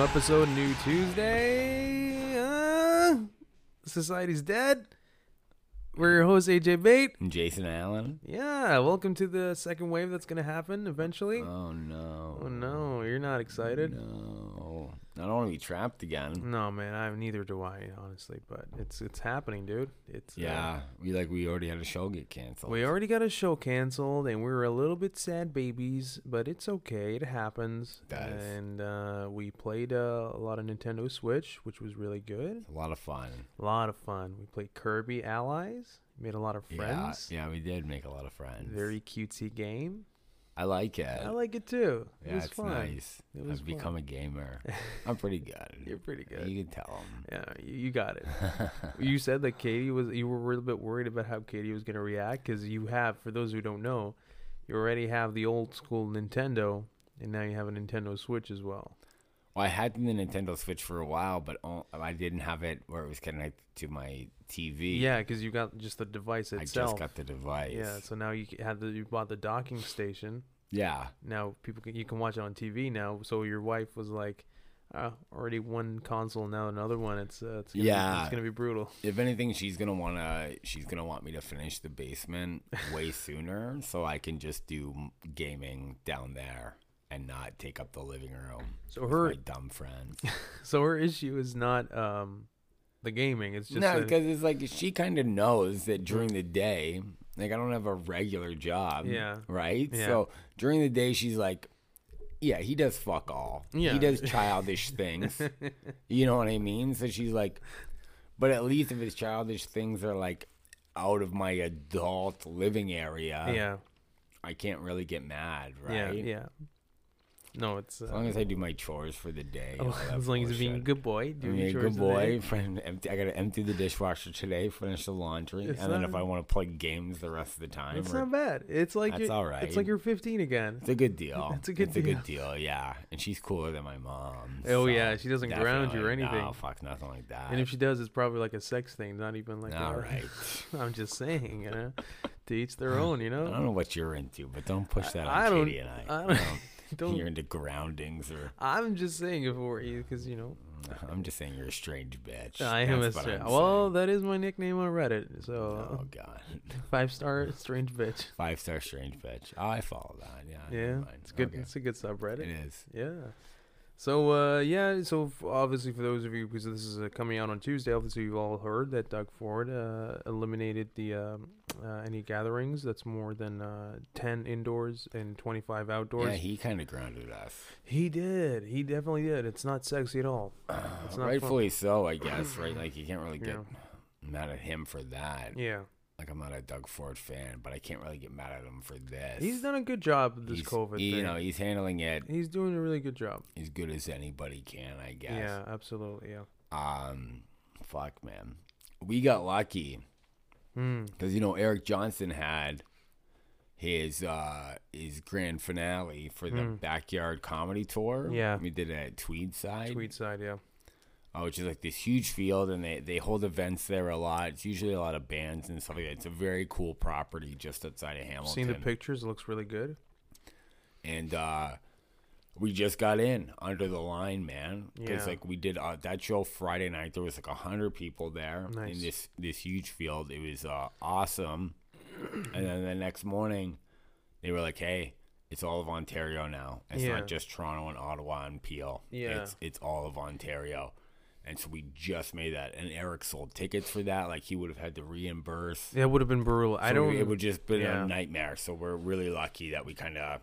episode, Uh, new Tuesday. Uh, society's dead. We're your host AJ Bate. Jason Allen. Yeah, welcome to the second wave that's gonna happen eventually. Oh no. oh no, you're not excited. No. I don't want to be trapped again. No, man, I'm neither do I, honestly. But it's it's happening, dude. It's uh, Yeah, we like we already had a show get canceled. we already got a show canceled, and we were a little bit sad babies, but it's okay. It happens. That is- And uh, we played uh, a lot of Nintendo Switch, which was really good. a lot of fun. A lot of fun. We played Kirby Allies. Made a lot of friends. Yeah, yeah, we did make a lot of friends. Very cutesy game. I like it. I like it too. It yeah, was it's fun. nice. It was I've fun. become a gamer. I'm pretty good. You're pretty good. You can tell 'em. Yeah, you you got it. you said that Katie was. You were a little bit worried about how Katie was going to react because you have, for those who don't know, you already have the old school Nintendo, and now you have a Nintendo Switch as well. Well, I had the Nintendo Switch for a while, but o- I didn't have it where it was connected to my TV. Yeah, because you got just the device I itself. just got the device. yeah, so now you c- have the you bought the docking station. yeah. now people can, you can watch it on TV now. So your wife was like, uh, already one console now another one. It's uh, it's gonna be, Yeah. it's gonna be brutal. If anything, she's gonna wanna she's gonna want me to finish the basement way sooner, so I can just do m- gaming down there and not take up the living room. So with her my dumb friends. so her issue is not um the gaming. It's just no, that- because it's like she kind of knows that during the day, like I don't have a regular job. Yeah. Right. Yeah. So during the day, she's like, "Yeah, he does fuck all. Yeah. He does childish things. You know what I mean? So she's like, but at least if his childish things are like out of my adult living area, yeah I can't really get mad, yeah uh, right? yeah. No, it's As uh, long as I do my chores for the day. oh, all that as long as you're being a bullshit. good boy, I doing mean, your a chores good in the day. boy. friend, empty, I gotta empty the dishwasher today, finish the laundry, It's and then not- if I want to play games the rest of the time, It's or- not bad. It's like That's you're, alright. It's like you're 15 again. it's a good deal. It's a good it's a good deal. Yeah, and she's cooler than my mom. Oh, so yeah, she doesn't ground you or definitely- anything. No, fuck, nothing like that. And if she does, it's probably like a sex thing, not even like. all a- right, I'm just saying, you know, to each their own, you know. I don't know what you're into, but don't push that on I don't- Katie and I. I you don't- know? don't You're into groundings, or I'm just saying it for you because you know I'm just saying you're a strange bitch. I am a That's what strange. I'm Well, that is my nickname on Reddit. saying. So oh god, five star strange bitch. five star strange bitch. Oh, I follow that. Yeah, never Yeah, mind. it's good. Okay. It's a good subreddit. It is. Yeah. So uh, yeah, so f- obviously for those of you because this is uh, coming out on Tuesday, obviously you've all heard that Doug Ford uh, eliminated the um, uh, any gatherings that's more than uh, ten indoors and twenty five outdoors. Yeah, he kind of grounded us. he did. He definitely did. It's not sexy at all. Uh, It's not fun. Rightfully so, I guess. Right? Like you can't really get Yeah. mad at him for that. Yeah, Like I'm not a Doug Ford fan, but I can't really get mad at him for this. he's done a good job with this He's- COVID You thing. know, he's handling it He's doing a really good job. as good as anybody can, I guess. Yeah, absolutely. Yeah. Um, fuck, man. We got lucky Mm. because you know Eric Johnson had his uh his grand finale for the backyard comedy tour. Hmm. Yeah. we did it at Tweed Side. Tweed side, yeah. uh, which is like this huge field, and they, they hold events there a lot. It's usually a lot of bands and stuff like that. It's a very cool property just outside of Hamilton. Seen the pictures, it looks really good. and uh, we just got in under the line, man. Because Yeah. like we did uh, that show Friday night, there was like hundred people there Nice. in this this huge field. It was uh, awesome. and then the next morning, they were like, "Hey." It's all of Ontario now. It's Yeah. not just Toronto and Ottawa and Peel. Yeah. It's it's all of Ontario. And so we just made that. And Eric sold tickets for that. Like he would have had to reimburse. Yeah, it would have been brutal. I So don't. It would just been yeah. a nightmare. So we're really lucky that we kind of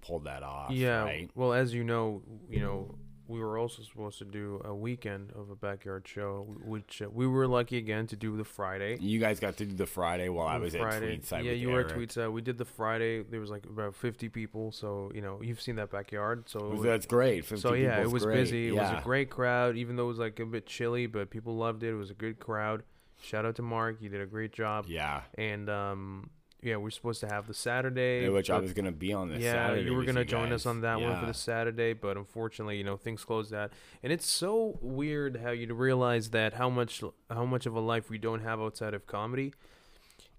pulled that off. yeah. Right? Well, as you know, you know, we were also supposed to do a weekend of a backyard show, w- which uh, we were lucky again to do the Friday. You guys got to do the Friday while I was Friday. at Tweetside. yeah, with you Eric. were at Tweetside. We did the Friday. There was like about fifty people, so you know you've seen that backyard. So it was- That's great. 50 So yeah, it people's was great. busy. It was Yeah. a great crowd, even though it was like a bit chilly, but people loved it. It was a good crowd. Shout out to Mark, you did a great job. Yeah. And um, yeah, we're supposed to have the Saturday, Yeah, Which I but- was gonna be on this. yeah, Saturday you were with gonna join us guys. on that one for Yeah. the Saturday, but unfortunately, you know, things closed that. And it's so weird how you realize that how much how much of a life we don't have outside of comedy.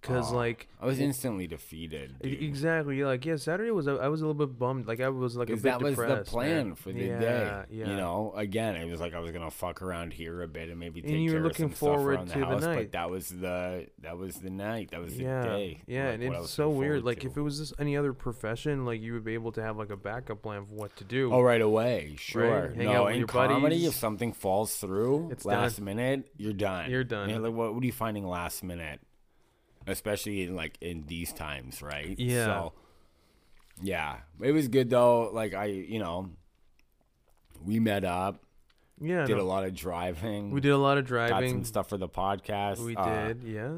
because Oh, like I was instantly defeated. e- Dude. exactly like yeah, Saturday was I was a little bit bummed. Like I was like a bit Because that was the depressed, man. plan for the yeah, day. Yeah, You know, again, it was like I was gonna fuck around here a bit and maybe And take you were care looking of some stuff forward around to the the house. night. But that was the that was the night. That was the yeah, day. yeah, like, and what I it's was so looking weird. forward Like to. if it was just any other profession, like you would be able to have like a backup plan for what to do. Oh, right away. Sure. Hang no, out with in your comedy, buddies. if something falls through It's last minute, you're done. You're done. Yeah, like, what, what are you finding last minute? Especially in, like in these times, right? Yeah. So, yeah, it was good though. Like I, you know, we met up, yeah, did no, a lot of driving. we did a lot of got driving. some stuff for the podcast. We Uh, did, yeah.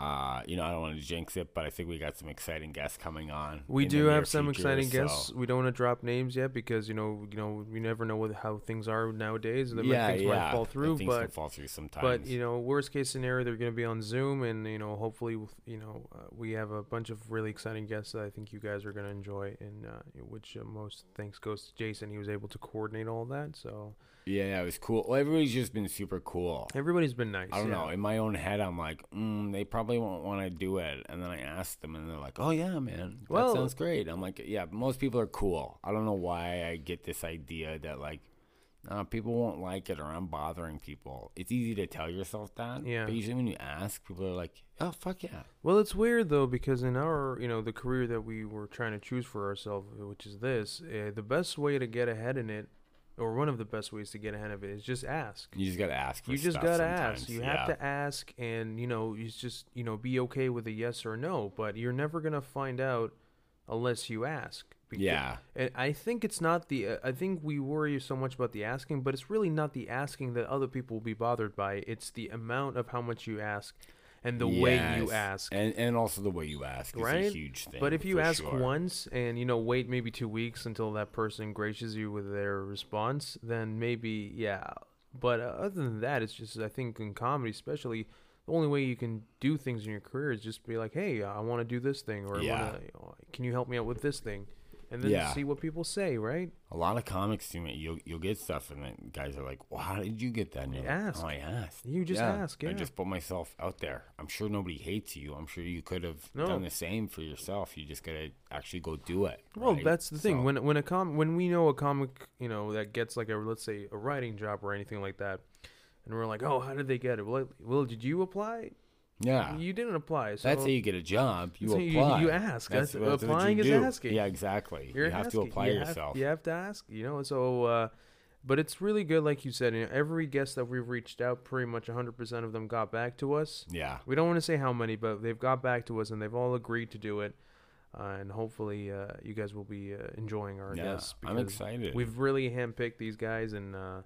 Uh, you know, I don't want to jinx it, but I think we got some exciting guests coming on. We in the do near have some future, exciting so- guests. We don't want to drop names yet because you know, you know, we never know what, how things are nowadays. There might- yeah, things yeah. might fall through, things can but fall through sometimes. but you know, worst case scenario, they're going to be on Zoom, and you know, hopefully, you know, uh, we have a bunch of really exciting guests that I think you guys are going to enjoy, and uh, which uh, most thanks goes to Jason. He was able to coordinate all that, so Yeah, it was cool. Well, everybody's just been super cool. everybody's been nice. I don't yeah. know. In my own head, I'm like, mm, they probably won't want to do it. And then I asked them, and they're like, oh, yeah, man. That Well- sounds great. I'm like, yeah, most people are cool. I don't know why I get this idea that, like, uh, people won't like it or I'm bothering people. It's easy to tell yourself that. Yeah. But usually when you ask, people are like, oh, fuck yeah. Well, it's weird though because in our, you know, the career that we were trying to choose for ourselves, which is this, uh, the best way to get ahead in it, or one of the best ways to get ahead of it, is just ask. You just got to ask for You just stuff gotta sometimes. ask. You yeah. have to ask, and you know, you just you know, be okay with a yes or no. But you're never gonna find out unless you ask. Becau- Yeah. And I think it's not the. Uh, I think we worry so much about the asking, but it's really not the asking that other people will be bothered by. It's the amount of how much you ask, and the way you Yes. ask. And, and also the way you ask is Right? a huge thing. But if you for ask sure. once and you know wait maybe two weeks until that person graces you with their response, then maybe yeah. But uh, other than that, it's just I think in comedy, especially, the only way you can do things in your career is just be like, hey, I want to do this thing, or I Yeah. wanna, you know, can you help me out with this thing, and then Yeah. see what people say, right? A lot of comics do it. You'll you'll get stuff, and then guys are like, "Well, how did you get that?" And you're like, ask. "Oh, I asked. You just ask, I yeah. just put myself out there. I'm sure nobody hates you. I'm sure you could have No. done the same for yourself. You just gotta actually go do it. Well, right? that's the thing. So- When when a com when we know a comic, you know, that gets like a let's say a writing job or anything like that, and we're like, oh, how did they get it? Well, I- well, did you apply? yeah, You didn't apply. So that's how you get a job. You So apply. you- you ask. That's- applying you is do. asking. Yeah, exactly. you have to asking- apply you have- yourself. you have to ask, you know. So, uh, but it's really good, like you said. You know, every guest that we've reached out, pretty much 100% of them got back to us. yeah. We don't want to say how many, but they've got back to us and they've all agreed to do it. Uh, and hopefully, uh, you guys will be uh, enjoying our Yeah, guests. I'm because excited. We've really handpicked these guys and uh,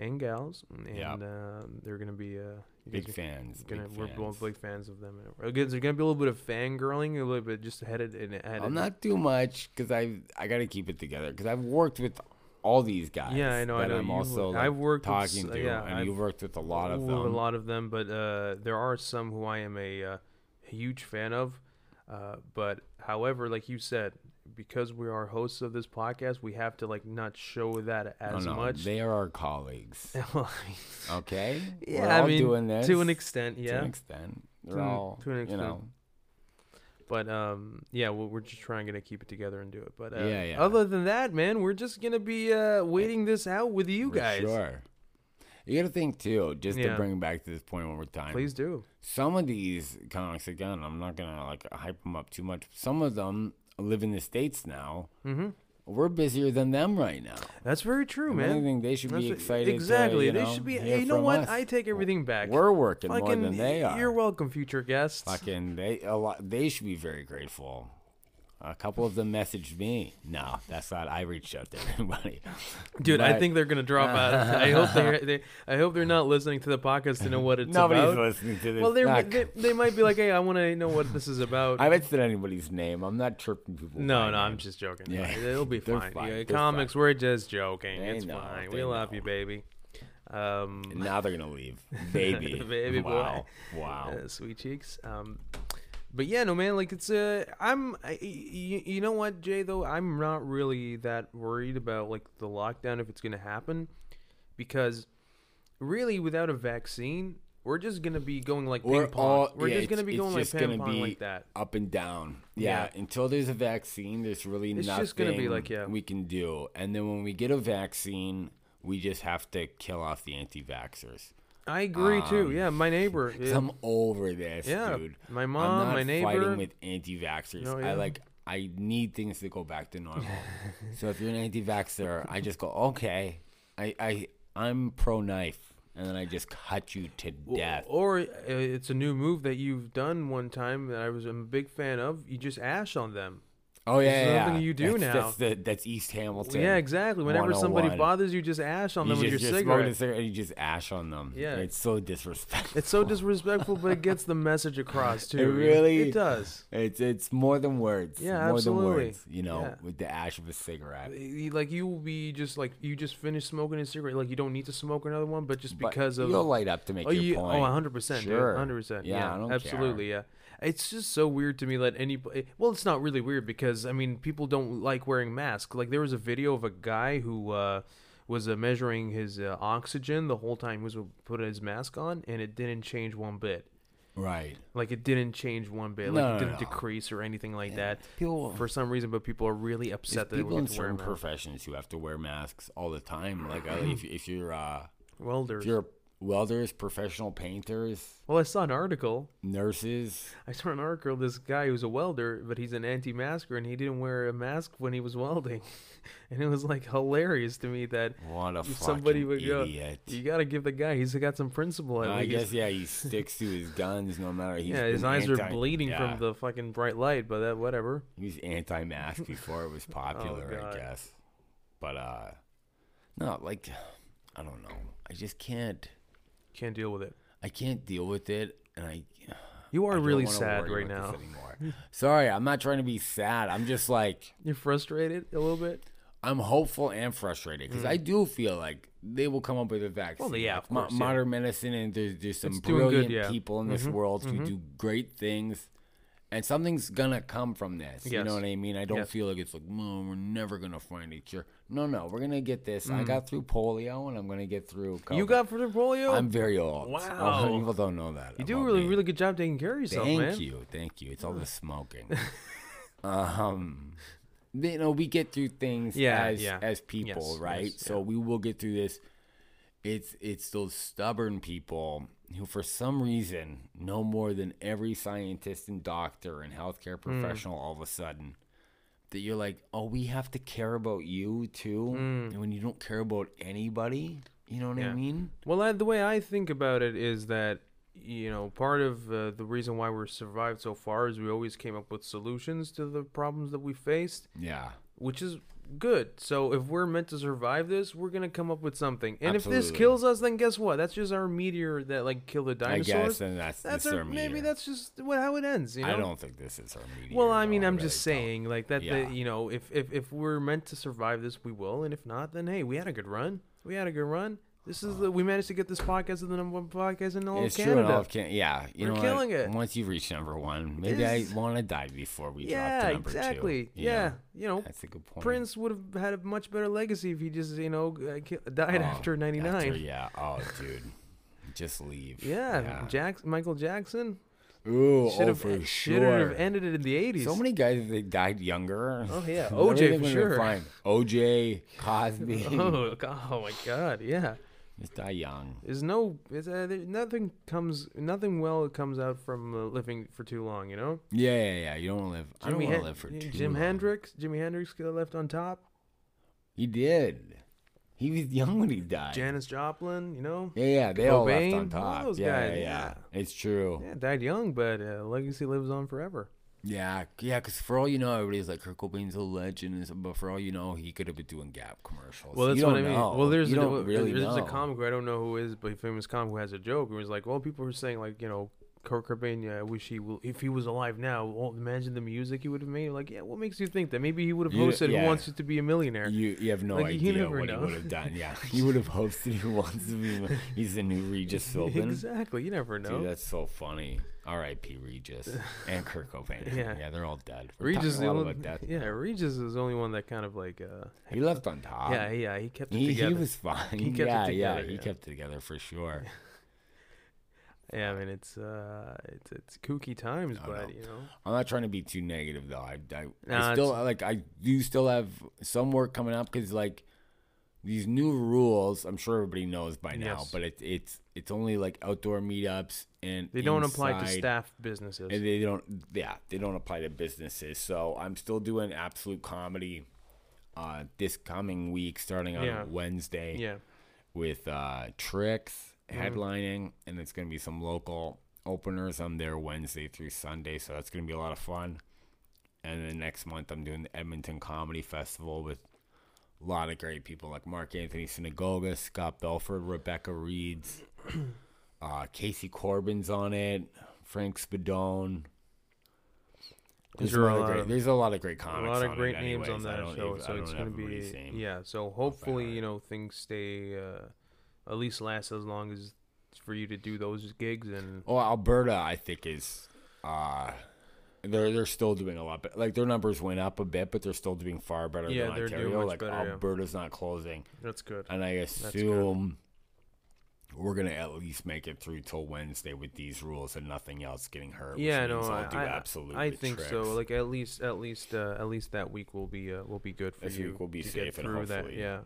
and gals, and Yeah. uh, they're gonna be uh, you guys Big are fans. Gonna, big we're fans. both big fans of them. Again, there's gonna be a little bit of fangirling, a little bit just headed and headed. I'm not too much because I I gotta keep it together because I've worked with all these guys. Yeah, I know, I that know. I'm You've also worked- like, I've worked with s- talking to, yeah, and I've- you've worked with a lot of Ooh, them. A lot of them, but uh, there are some who I am a uh, huge fan of. Uh, but however, like you said, because we are hosts of this podcast, we have to like not show that No, as no, much. They are our colleagues. Well, Okay. We're yeah, I all mean, doing this to an extent, To an yeah. extent, they're To an- all to an you extent. know. But um, yeah, we're, we're just trying to keep it together and do it. But uh, Yeah, yeah. Other than that, man, we're just gonna be uh, waiting this out with you for guys. Sure. You gotta think too, just Yeah. to bring it back to this point one more time. Please do. some of these comics again i'm not gonna like hype them up too much some of them live in the states now Mhm. we're busier than them right now That's very true, If man. anything, they should That's be what- excited to, Exactly. you they know, should be. hear Hey, you know from what? us. I take everything back. we're working more Fucking- than they are You're welcome, future guests. fucking they a lot they should be very grateful a couple of them messaged me no that's not i reached out to everybody Dude, I But think they're gonna drop out. I hope they're, they. I hope they're not listening to the podcast to know what it's nobody's about. listening to this Well, they're- Fuck. they they might be like, hey, I want to know what this is about. i haven't said anybody's name i'm not chirping people by no, no, name. I'm just joking. Yeah. it'll be They're fine. fine. Yeah, They're comics, we're just joking. They it's know. fine. They We love know. you, baby. Um, now they're gonna leave baby Baby boy. wow wow uh, sweet cheeks. Um, but yeah, no man, like it's uh, I'm I, you, you know what Jay though I'm not really that worried about like the lockdown if it's gonna happen, because really without a vaccine We're just gonna be going like We're ping pong. all- We're yeah, just it's- gonna be it's going like just ping gonna pong be like that. up and down. Yeah, Yeah. until there's a vaccine, there's really It's nothing just gonna be like, yeah. we can do. And then when we get a vaccine, we just have to kill off the anti-vaxxers. I agree too. Yeah, my neighbor. Yeah, um, I'm over this, yeah, dude. my I'm mom, not my neighbor. fighting with anti-vaxxers. No, I yeah. like I need things to go back to normal. so if you're an anti-vaxxer, I just go okay. I I I'm pro knife, and then I just cut you to death. Or uh, it's a new move that you've done one time that I was a big fan of. You just ash on them. Oh yeah, There's yeah, nothing yeah. you do that's, now. That's, the, that's East Hamilton. Yeah, exactly. Whenever somebody 101. bothers you, just ash on You them just, with your just smoke a cigarette. cigarette and you just ash on them. Yeah. it's so disrespectful. It's so disrespectful, but it gets the message across too. really- it does. It's it's more than words. Yeah, more absolutely. than words. You know, Yeah. with the ash of a cigarette. Y- like you will be just like you just finished smoking a cigarette like you don't need to smoke another one but just But because of you'll light up to make oh, your you, point. oh 100% Sure. dude, 100% Yeah, yeah, I don't absolutely yeah it's just so weird to me that any eh, well it's not really weird because i mean people don't like wearing masks like there was a video of a guy who uh was uh, measuring his uh, oxygen the whole time he was put his mask on and it didn't change one bit Right. like it didn't change one bit No, like no, it didn't no. decrease or anything like that People- for some reason but people are really upset that they People won't in get to wear certain masks. professions who have to wear masks all the time. Like I- if if you're uh, welders if you're welders, professional painters, Well, I saw an article. nurses. I saw an article. This guy who's a welder, but he's an anti-masker, and he didn't wear a mask when he was welding, and it was like hilarious to me that What a somebody fucking would idiot. go, "You got to give the guy. He's got some principle." At I least. guess yeah, he sticks to his guns no matter. He's yeah, his been eyes are anti- bleeding yeah. from the fucking bright light, but that whatever. He was anti-mask before it was popular, I Oh, God. guess. But uh, no, like I don't know. I just can't. Can't deal with it. I can't deal with it, and I. You I are don't really wanna sad worry right about now. this anymore. Sorry, I'm not trying to be sad. I'm just like You're frustrated a little bit. I'm hopeful and frustrated because I do feel like they will come up with a vaccine. Mm. Well, yeah, Like, of course, yeah. Modern medicine and there's there's some It's doing good, brilliant yeah. Mm-hmm, people in this world who do great things, and something's gonna come from this. You Yes. know what I mean? I don't Yes. feel like it's like, no, we're never gonna find a cure. No, no, we're gonna get this. I got through polio and I'm gonna get through. COVID. Mm-hmm. You got for the polio. Oh, I'm very old. A lot of Wow. people don't know that. you do a about really, me. really good job taking care of yourself, Thank man. you, thank you. It's all the smoking. um, you know, we get through things Yeah, as yeah. as people, Yes, right? yes, so we will get through this. It's it's those stubborn people who, for some reason, know more than every scientist and doctor and healthcare Hmm. professional. All of a sudden, that you're like, oh, we have to care about you too, and when you don't care about anybody, you know what I Hmm. Yeah. mean? Well, I, the way I think about it is that you know part of uh, the reason why we're survived so far is we always came up with solutions to the problems that we faced, Yeah. which is good. So if we're meant to survive this, we're gonna come up with something. And if Absolutely. this kills us, then guess what? That's just our meteor that like killed the I dinosaurs. guess, and that's, that's this our, our maybe meter. that's just what how it ends. You know? I don't think this is our media. Well, I mean, I'm just saying, like that, Yeah. that you know, if, if if we're meant to survive this, we will, and if not, then hey, we had a good run. We had a good run. This is the we managed to get this podcast to the number one podcast in all It's of true. and Canada. all of Can- yeah, you We're know, killing what? it. Once you reach number one, maybe I is- want to die before we drop yeah, to number exactly. two. Yeah. you know, that's a good point. Prince would have had a much better legacy if he just you know uh, ki- died Oh, after '99. after- yeah. Oh, dude, just leave. yeah, Jack- Michael Jackson Ooh, should oh, have for should have sure. ended it in the '80s. So many guys if they died younger. Oh, yeah, OJ everything for would've been sure. fine. OJ, Cosby, oh, God, oh my God, yeah. just die young. There's no, it's, uh, there, nothing comes, nothing well comes out from uh, living for too long, you know. Yeah, yeah, yeah. You don't want to live. I don't Jimi want to Hen- live for yeah, too Jimi long. Hendrix, Jimi Hendrix got left on top. He did. He was young when he died. Janis Joplin, you know, Yeah, yeah, they all left on Cobain, all top. those yeah, guys, yeah, yeah, It's true. yeah, died young, but uh, legacy lives on forever. Yeah, yeah, because for all you know, everybody's like Kurt Cobain's a legend, and so- but for all you know, he could have been doing Gap commercials. Well, that's you don't what I mean. Know. Well, there's you a, don't well, really there's know. a comic who I don't know who is, but a famous comic who has a joke who was like, well, people were saying like, you know. Kurt Cobain, yeah, I wish he will. If he was alive now, well, imagine the music he would have made. Like, yeah, what makes you think that? Maybe he would have You- hosted yeah. "Who Wants to Be a Millionaire." You, you have no Like, you idea never what know. he would have done. Yeah, he would have hosted Who Wants to Be. He's the new Regis Philbin. exactly. You never know. Dude, that's so funny. R.I.P. Regis and Kurt Cobain. Yeah. they're all dead. We're Regis is talking the a lot only, about that. yeah, Regis is the only one that kind of like uh He left on top. yeah, yeah, he kept it Um, he, he together. was fine. He kept it yeah, yeah, together, he yeah. kept it together for sure. Yeah, I mean it's uh, it's it's kooky times, I but know. you know, I'm not trying to be too negative though. I, I, Nah, I still like I do still have some work coming up because like these new rules. I'm sure everybody knows by now, Yes. but it's it's it's only like outdoor meetups and they don't apply to inside- staff businesses. And they don't. Yeah, they don't apply to businesses. So I'm still doing absolute comedy uh, this coming week, starting on Yeah. Wednesday yeah, with uh, Tricks Mm. headlining, and it's going to be some local openers. I'm there Wednesday through Sunday, so that's going to be a lot of fun. And then next month, I'm doing the Edmonton Comedy Festival with a lot of great people like Mark Anthony Synagoga, Scott Belford, Rebecca Reeds, uh, Casey Corbin's on it, Frank Spadone. These There's are a, lot a of lot great, of- there's a lot of great a comics. lot on of it great names on anyways. I that don't show, even- I so it's don't gonna everybody's be name. yeah. So heard. hopefully, you know, things stay uh, at least last as long as for you to do those gigs and Oh, Alberta, I think is uh they're they're still doing a lot better. Like their numbers went up a bit, but they're still doing far better Yeah, than they're doing Ontario. much like better, yeah. Alberta's not closing, that's good. and I good. assume we're gonna at least make it through till Wednesday with these rules and nothing else getting hurt. which yeah, no, means I, I'll do I, absolutely. I think so. Like at least, at least, uh, at least that week will be uh, will be good for This you. week will be to safe get and through that. hopefully- Yeah.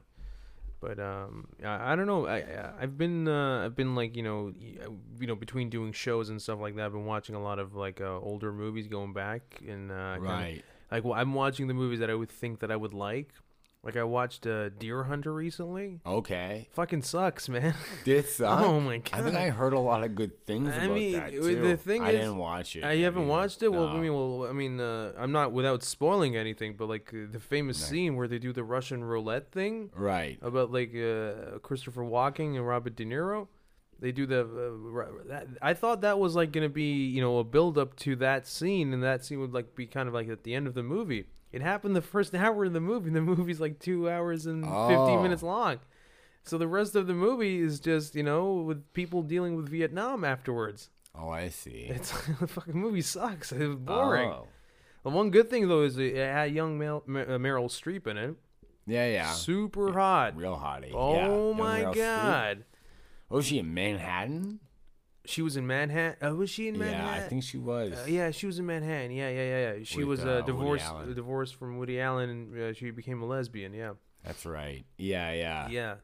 But um, I, I don't know. I I- I've been uh, I've been like you know y- uh, you know between doing shows and stuff like that. I've been watching a lot of like uh, older movies going back and uh, kinda- right. like well, I'm watching the movies that I would think that I would like. Like I watched uh, Deer Hunter recently. Okay. Fucking sucks, man. This sucks. oh my god. I think I heard a lot of good things I about mean, that w- too. the thing I is- didn't watch it. I haven't either. watched it. Well, No. I mean, well, I mean, uh, I'm not without spoiling anything, but like uh, the famous No. scene where they do the Russian roulette thing right. about like uh, Christopher Walking and Robert De Niro. They do the. Uh, ru- that, I thought that was like gonna be you know a build up to that scene, and that scene would like be kind of like at the end of the movie. It happened the first hour of the movie. and The movie's like two hours and Oh. fifteen minutes long. So the rest of the movie is just you know with people dealing with Vietnam afterwards. Oh, I see. It's the fucking movie sucks. It was boring. Oh. The one good thing though is it it had young Mel- Ma- uh, Meryl Streep in it. Yeah, yeah. Super hot. Real hottie. yeah. Oh Young my Meryl Streep. god. Was Oh, she in Manhattan? She was in Manhattan. Uh, was she in Manhattan? Yeah, I think she was. Uh, yeah, she was in Manhattan. Yeah, yeah, yeah, yeah. She was With, uh, uh, Woody divorced, Allen. divorced from Woody Allen, and uh, she became a lesbian. Yeah, That's right. Yeah, yeah, yeah.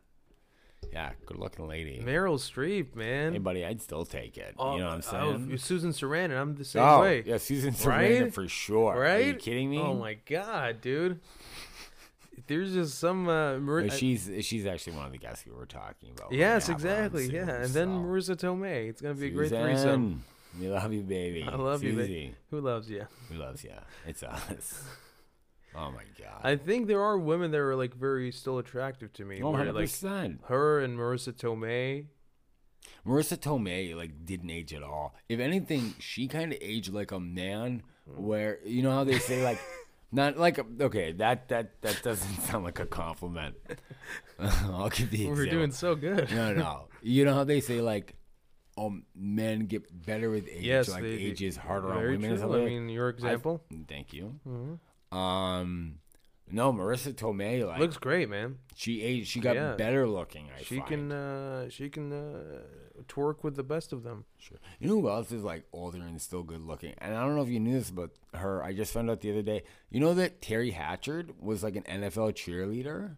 yeah. Good looking lady. Meryl Streep, man. Anybody, I'd still take it. you know what I'm oh, saying? Oh, Susan Sarandon. I'm the same way. yeah, Susan Sarandon Right? for sure. Right? Are you kidding me? Oh my god, dude. There's just some. Uh, Mar- But she's she's actually one of the guests we were talking about. We're Yes, gonna have um, her on exactly. soon, Yeah, and then so. Marissa Tomei. It's gonna be a great threesome. Suzanne, We love you, baby. I love you, Susie, ba- Who loves you? We love you. It's us. oh my god. I think there are women that are like very still attractive to me. Oh, where, like 100%. her and Marissa Tomei. Marissa Tomei like didn't age at all. If anything, she kind of aged like a man. Where you know how they say like, not like okay that that that doesn't sound like a compliment. I'll give the We're doing example. so good. no no. You know how they say like, um men get better with age. Yes, like they- they- age is harder on Very women. or true. something. I mean, your example Thank you. Um, no, Marissa Tomei like looks great, man. she aged. She got Yeah. better looking. I She find. can uh, she can uh, twerk with the best of them. Sure. You know who else is like older and still good looking? And I don't know if you knew this about her. I just found out the other day. You know that Terry Hatchard was like an NFL cheerleader?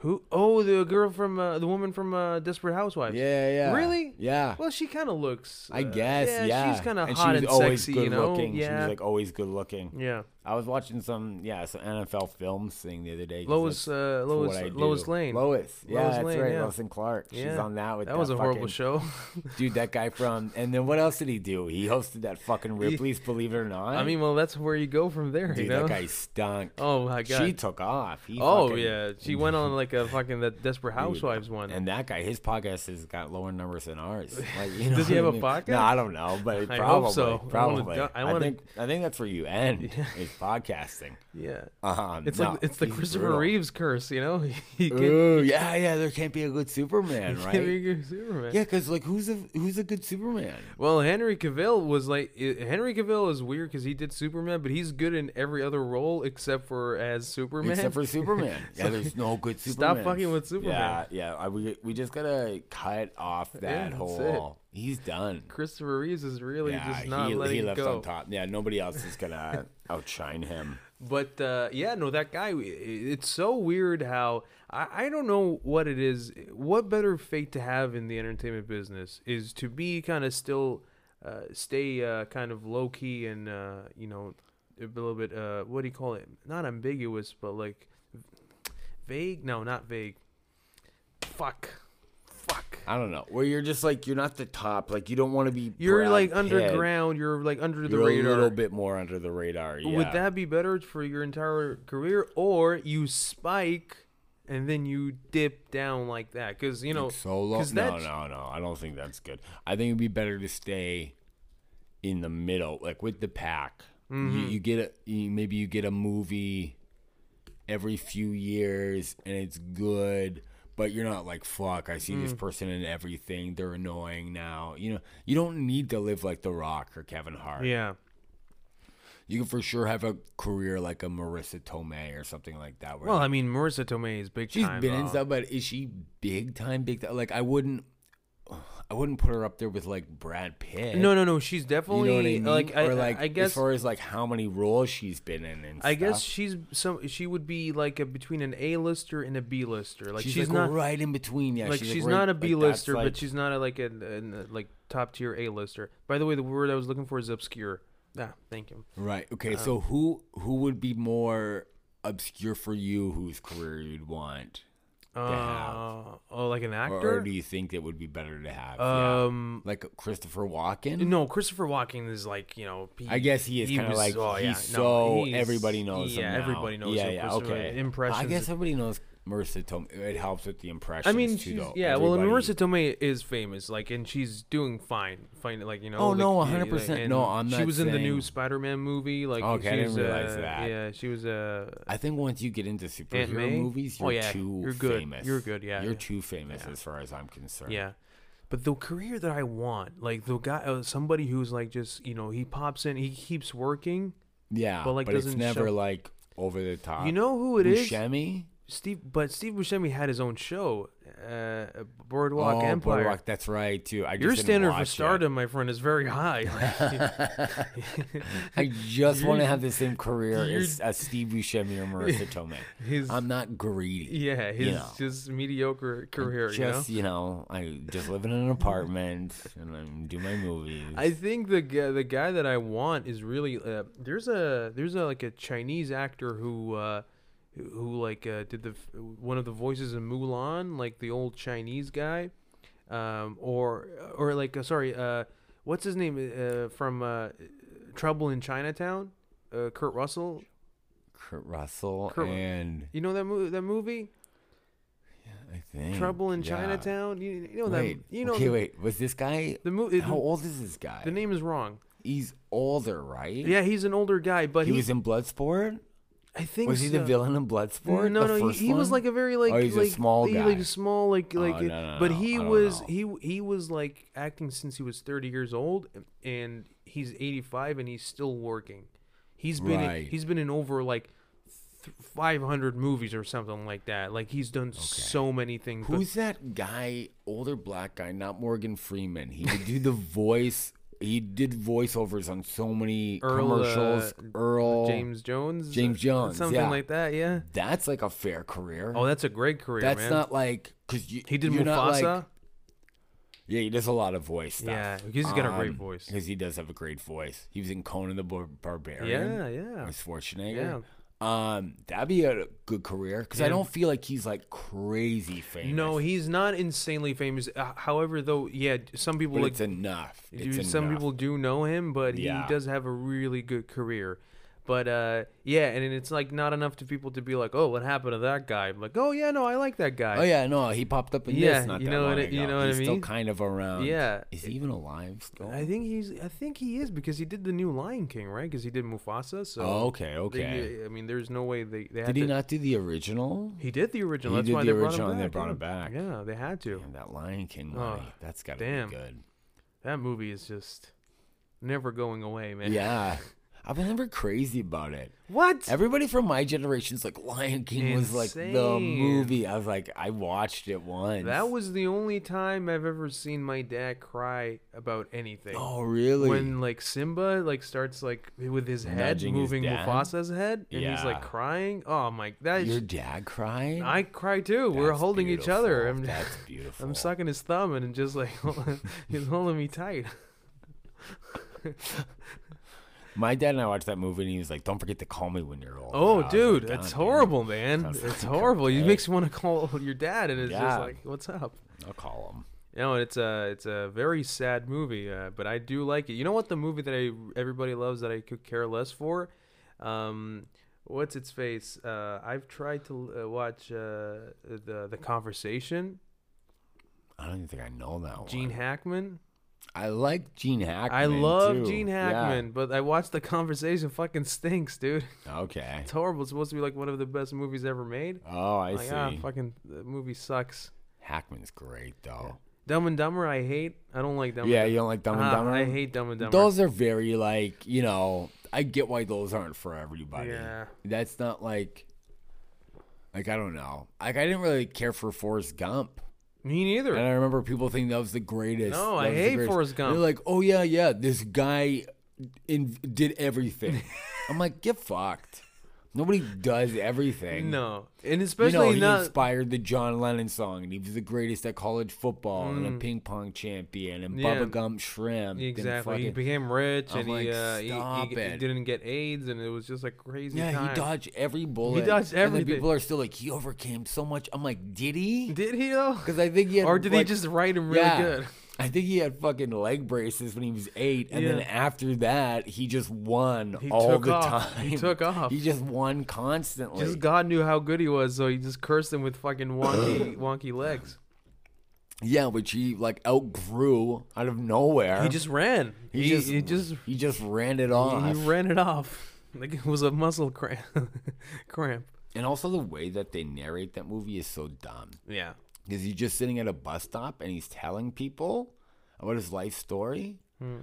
Who? Oh, the girl from uh, the woman from uh, Desperate Housewives. Yeah, yeah. Really? Yeah. Well, she kind of looks. I uh, guess, yeah. She's kind of And hot she was and always sexy, good you know. looking. Yeah. She was like always good looking. yeah. I was watching some, yeah, some NFL films thing the other day. 'cause Lois, that's uh, what Lois, I do. Lois Lane. Lois. Yeah, Lois that's Lane, right. yeah. Lois and Clark. She's Yeah. on that with that was a horrible fucking- show. Dude, that guy from, and then what else did he do? He hosted that fucking Ripley's Believe It or Not. I mean, well, that's where you go from there, Dude, you know. that guy stunk. oh my god. She took off. He oh fucking- yeah, she went on like a fucking that Desperate Housewives one. And that guy, his podcast has got lower numbers than ours. Like, you know Does he what have I a mean? podcast? No, I don't know, but it I hope probably, so. I wanna probably. do- I I, wanna- think I think that's where you end is podcasting. yeah, Um, it's no, like it's the he's Christopher brutal. Reeves curse, you know. he can't, Ooh, yeah, yeah. There can't be a good Superman, can't be right? a good Superman. Yeah, because like who's a who's a good Superman? Well, Henry Cavill was like i- Henry Cavill is weird because he did Superman, but he's good in every other role except for as Superman. Except for Superman. Yeah, there's no good Stop Superman. fucking with Superman. Yeah, yeah. I, we we just gotta cut off that that's whole He's done. Christopher Reeves is really just not he, letting he it left go. on top. Yeah, nobody else is gonna outshine him. But uh, yeah, no, that guy. i- It's so weird how I, I don't know what it is. What better fate to have in the entertainment business is to be kind of still, uh, stay uh, kind of low key and uh, you know a little bit. Uh, what do you call it? Not ambiguous, but like vague. No, not vague. Fuck. Fuck. I don't know. Where you're just like you're not the top. Like you don't want to be. You're Brad like Pitt. underground. You're like under the You're radar. a little bit more under the radar. Yeah. Would that be better for your entire career, or you spike and then you dip down like that? Because you know, solo? 'cause No, that's- no, no. I don't think that's good. I think it'd be better to stay in the middle, like with the pack. Mm-hmm. You, you get a you, maybe you get a movie every few years, and it's good. But you're not like fuck. I see this Mm. person in everything. They're annoying now. You know you don't need to live like The Rock or Kevin Hart. yeah, You can for sure have a career like a Marissa Tomei or something like that. Where well, I mean, Marissa Tomei is big She's time. been in uh, stuff, but is she big time? Big time? Like I wouldn't, I wouldn't put her up there with like Brad Pitt. No, no, no. She's you definitely know what I mean. like, I, or like I guess, as far as like how many roles she's been in and I guess stuff, she's some. She would be like a, between an A lister and a B lister. Like she's, she's, like, not. right in between. Yeah, Like she's, she's, like, right- not a like, that's, B lister, like- but she's not a, like a, a like top tier A lister. By the way, the word I was looking for is obscure. Ah, thank you. right. uh, Okay, so who who would be more obscure for you? Whose career you'd want, have. Uh, oh, like an or, actor. or do you think that would be better to have? Yeah. um, Like Christopher Walken. No, Christopher Walking is like you know. He, I guess he is he kind of was- like oh, yeah, he's no, so he's- everybody knows him. Yeah, now. everybody knows Yeah, him. yeah, Christopher- okay. Impressions. I guess everybody knows Marissa Tomei. It helps with the impressions I mean, too, she's, though. yeah. Well, and Everybody- Marissa Tomei is famous, like, and she's doing fine, fine, like you know. Oh, like, yeah, no, 100%. and No, I'm She not was in the new saying- Spider-Man movie. Like, Okay, I she didn't was, realize uh, that. Yeah, she was uh, I think once you get into superhero Aunt May? movies, Oh, you're yeah, too you're good. famous. You're good, yeah, You're yeah. too famous as far as I'm concerned. Yeah. But the career that I want, like the guy, uh, somebody who's like just you know he pops in, he keeps working. yeah. But, But like, like, it's doesn't never show- like over the top. You know who it is? Buscemi? Steve, but Steve Buscemi had his own show, uh, Boardwalk oh, Empire. Boardwalk, that's right too. I just Your didn't standard for watch it. stardom, my friend, is very high. I just want to have the same career you're- as, as Steve Buscemi or Marissa Tomei. His- I'm not greedy. yeah, his know. his mediocre career. you know? just you know? I just live in an apartment and I do my movies. I think the guy, the guy that I want is really uh, there's a there's a like a Chinese actor who uh, who- who like uh, did the f- one of the voices in Mulan, like the old Chinese guy, um, or or like uh, sorry, uh, what's his name uh, from uh, Trouble in Chinatown? Uh, Kurt Russell. Kurt Russell Kurt- and You know that movie? That movie I think Trouble in yeah. Chinatown. You, you know Wait, that? You know okay, the, wait. Was this guy? the movie. how old is this guy? The name is wrong. He's older, right? Yeah, he's an older guy, but He he, was in Bloodsport. I think Was he the so. villain in Bloodsport? No, the no, first he, he was one? like a very like Oh, he's a like small he, guy. Oh, like small like like. no, no, but no, he I don't was know. he he was like acting since he was thirty years old, and he's eighty five, and he's still working. He's been in- Right. he's been in over like th- five hundred movies or something like that. Like he's done so many things. but- Who's that guy? Older black guy, not Morgan Freeman. He would do the voice. He did voiceovers on so many Earl, uh, commercials. Earl James Jones? James Uh, Jones, something yeah. like that. Yeah. That's like a fair career. Oh, that's a great career, That's man. not like because you. he did you're not, Mufasa. like- yeah, he does a lot of voice stuff. Yeah, he's got a great um, voice. Because he does have a great voice. He was in Conan the Bar- Barbarian. yeah, yeah. With Schwarzenegger. Um, that'd be a good career because I Yeah. don't feel like he's like crazy famous. No, he's not insanely famous. Uh, however, though, yeah, some people but like it's enough. It's Dude, some enough. people do know him, but Yeah. he does have a really good career. But uh, yeah, and it's like not enough to people to be like, "Oh, what happened to that guy?" I'm like, "Oh yeah, no, I like that guy." Oh yeah, no, he popped up in Yeah, this not you that know what long I- you ago. know what I He's mean? Still kind of around. Yeah. is he even alive still? I think he's. I think he is because he did the new Lion King, right? Because he did Mufasa. So Oh, okay, they- okay. I mean, there's no way they. they had Did he to- not do the original? He did the original. He That's did why the they original brought him and they back. brought yeah. him back. Yeah, they had to. Damn, that Lion King Oh, money. That's gotta damn. be good. That movie is just never going away, man. Yeah. I was never crazy about it. What? Everybody from my generation's like Lion King was like the Insane. movie. I was like, I watched it once. that was the only time I've ever seen my dad cry about anything. oh really? When like Simba like starts like with his head Nudging his moving dad? Mufasa's head and he's Yeah. like crying. Oh my that Your is, dad crying? I cry too. We're That's holding each other. beautiful. I'm That's beautiful. I'm sucking his thumb and just like he's holding me tight. Oh, My dad and I watched that movie, and he was like, "Don't forget to call me when you're old." Oh, dude, that's horrible, man. Sounds It's like horrible. It okay. makes you want to call your dad, and it's Yeah. just like, what's up? I'll call him. You know, it's a it's a very sad movie, uh, but I do like it. You know what? The movie that I everybody loves that I could care less for. Um, what's its face? Uh, I've tried to uh, watch uh, the the Conversation. I don't even think I know that one. Gene Hackman. I like Gene Hackman. I love too. Gene Yeah. Hackman, but I watched the Conversation. Fucking stinks, dude. Okay. It's horrible. It's supposed to be like one of the best movies ever made. Oh, I Like, see. ah, fucking the movie sucks. Hackman's great though. Dumb and Dumber, I hate. I don't like Dumb. Yeah, and you don't like Dumb Dumber. and Ah, Dumber. I hate Dumb and Dumber. Those are very like you know. I get why those aren't for everybody. Yeah. That's not like. Like I don't know. Like I didn't really care for Forrest Gump. Me neither. And I remember people thinking that was the greatest. No, that I was the hate greatest. Forrest Gump. They're like, oh yeah, yeah, this guy in- did everything. I'm like, get fucked. Nobody does everything. no, and You know, especially he not. inspired the John Lennon song, and he was the greatest at college football, and a ping pong champion, and Mm. Yeah. Bubba Gum Shrimp. and Exactly. He fucking- became rich I'm and like, he, uh, he- stop he, he it. didn't get AIDS and it was just like crazy. yeah, time. he dodged every bullet. dodged And everything. then people are still like, he overcame so much. I'm like, did he? Did he though? Because I think he had, Or did like- he just write him really good? I think he had fucking leg braces when he was eight, and then Yeah. after that, he just won He all took the off. time. He took off. He just won constantly. Just God knew how good he was, so he just cursed him with fucking wonky wonky legs. yeah, which he like outgrew out of nowhere. He just ran. He, he just he just he just ran it off. ran it off like it was a muscle cramp. cramp. and also the way that they narrate that movie is so dumb. Yeah. Because he's just sitting at a bus stop and he's telling people about his life story. Hmm.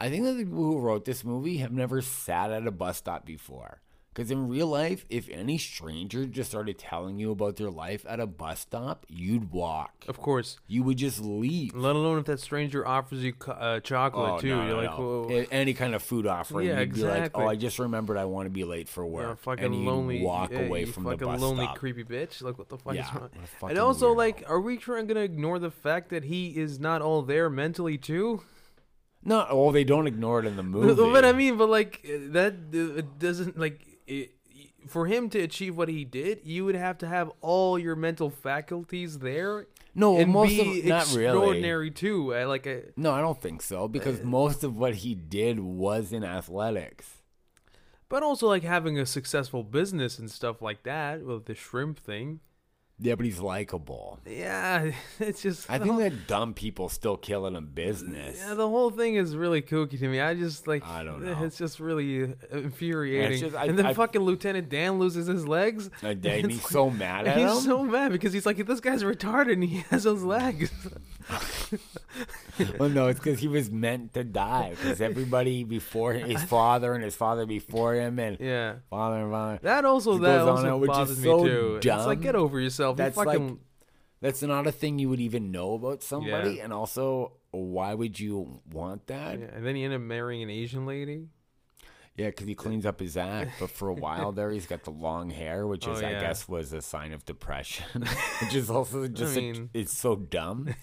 I think that the people who wrote this movie have never sat at a bus stop before. Because in real life, if any stranger just started telling you about their life at a bus stop, you'd walk. Of course. You would just leave. Let alone if that stranger offers you co- uh, chocolate Oh, too. no, You're no, like, no. whoa. A- Any kind of food offering, Yeah, you'd be like, exactly. oh, I just remembered I want to be late for work. You're a fucking and you'd lonely, walk yeah, away you from the fucking bus lonely, stop. creepy bitch. Like what the fuck Yeah, is wrong? what a fucking And also, weirdo. like, are we trying to ignore the fact that he is not all there mentally too? No, oh, they don't ignore it in the movie. But I mean, but like that uh, it doesn't like it, for him to achieve what he did, you would have to have all your mental faculties there. No, and most be of- not really. extraordinary too. I like a, No, I don't think so Uh, because most of what he did was in athletics. but also like having a successful business and stuff like that with the shrimp thing. Yeah, but he's likable. Yeah, it's just I the think whole- that dumb people still kill it in business. Yeah, the whole thing is really kooky to me. I just like I don't know. It's just really uh, infuriating. just- I- and then I- fucking Lieutenant Dan loses his legs. Like, they- and It's he's like- so mad at he's him. so mad because he's like, this guy's retarded and he has those legs. well, no, it's because he was meant to die. Because everybody before him, his father and his father before him, and yeah. father and father. That also He that goes also on it, which is bothers so me too. It's like dumb. get over yourself. That's you fucking like that's not a thing you would even know about somebody. Yeah. And also, why would you want that? yeah. and then he ended up marrying an Asian lady. Yeah, because he cleans up his act, but for a while there, he's got the long hair, which Oh, is, yeah. I guess, was a sign of depression, which is also just a- mean- it's so dumb.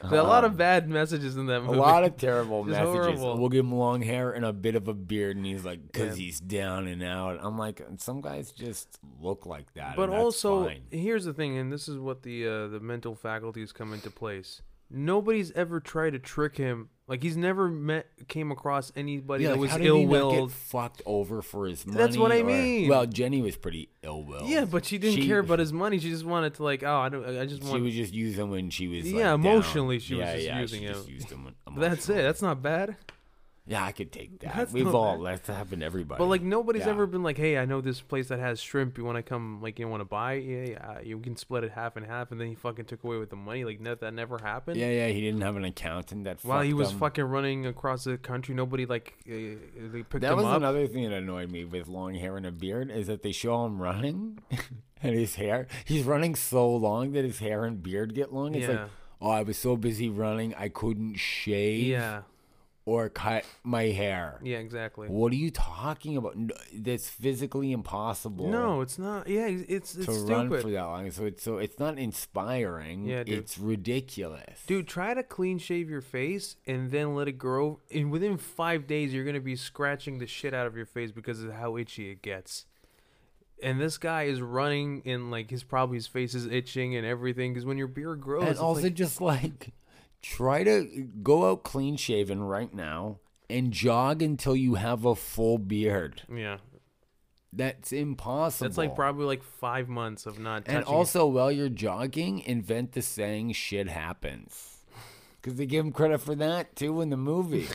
There are a lot of bad messages in that A movie. lot of terrible Just messages. horrible. We'll give him long hair and a bit of a beard, and he's like, because Yeah. he's down and out. I'm like, some guys just look like that, but and that's also fine. here's the thing and this is what the uh, the mental faculties come into place nobody's ever tried to trick him like he's never met came across anybody Yeah, that like, was how did he not get ill-willed fucked over for his money. That's what I or- mean. Well, Jenny was pretty ill-willed. yeah but she didn't She- care about his money she just wanted to like oh i don't i just She want was just using him when she was. like, Yeah, down. emotionally she was Yeah, just yeah, using she Just him. used him that's it that's not bad Yeah, I could take that. That's We've not all bad. that's happened to everybody. But like nobody's Yeah. ever been like, hey, I know this place that has shrimp. You want to come? Like you want to buy? it? Yeah, yeah, you can split it half and half. And then he fucking took away with the money. Like that, that never happened. yeah, yeah, he didn't have an accountant that. While he fucked was him. fucking running across the country, nobody like uh, they picked That him was up. another thing that annoyed me with long hair and a beard is that they show him running, and his hair. He's running so long that his hair and beard get long. It's Yeah. like, oh, I was so busy running, I couldn't shave yeah, or cut my hair. yeah, exactly. What are you talking about? No, that's physically impossible. No, it's not. Yeah, it's it's to run stupid. for that long. So it's so it's not inspiring. Yeah, dude. it's ridiculous. Dude, try to clean shave your face and then let it grow. And within five days, you're gonna be scratching the shit out of your face because of how itchy it gets. And this guy is running, and like his probably his face is itching and everything. Because when your beard grows, and it's also Oh, like- just like try to go out clean shaven right now and jog until you have a full beard. yeah, That's impossible. that's like probably like five months of not. And touching it. also, while you're jogging, invent the saying "shit happens," because they give him credit for that too in the movie.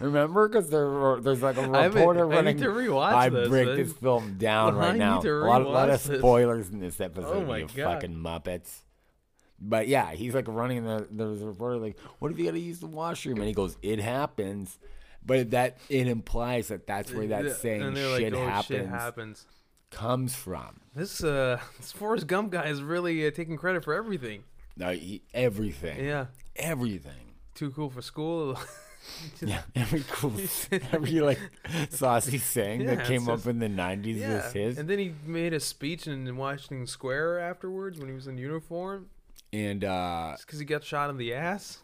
Remember, because there, there's like a I haven't- reporter I need running. to rewatch I this, break man. this film down I right need now. to a lot, lot of rewatch this. Oh spoilers in this episode. my you God. fucking muppets. But yeah, he's like running, and there- there's a reporter like, "What if you gotta use the washroom?" And he goes, "It happens." But that it implies that that's where that Yeah, saying and they're like, shit, "Oh, happens shit happens. comes from. This uh, this Forrest Gump guy is really uh, taking credit for everything. Now, he, e, everything, Yeah, everything. too cool for school. Yeah, every cool, every like saucy saying Yeah, that came it's up just- in the '90s yeah, was his. and And, then he made a speech in Washington Square afterwards when he was in uniform. uh, because he got shot in the ass.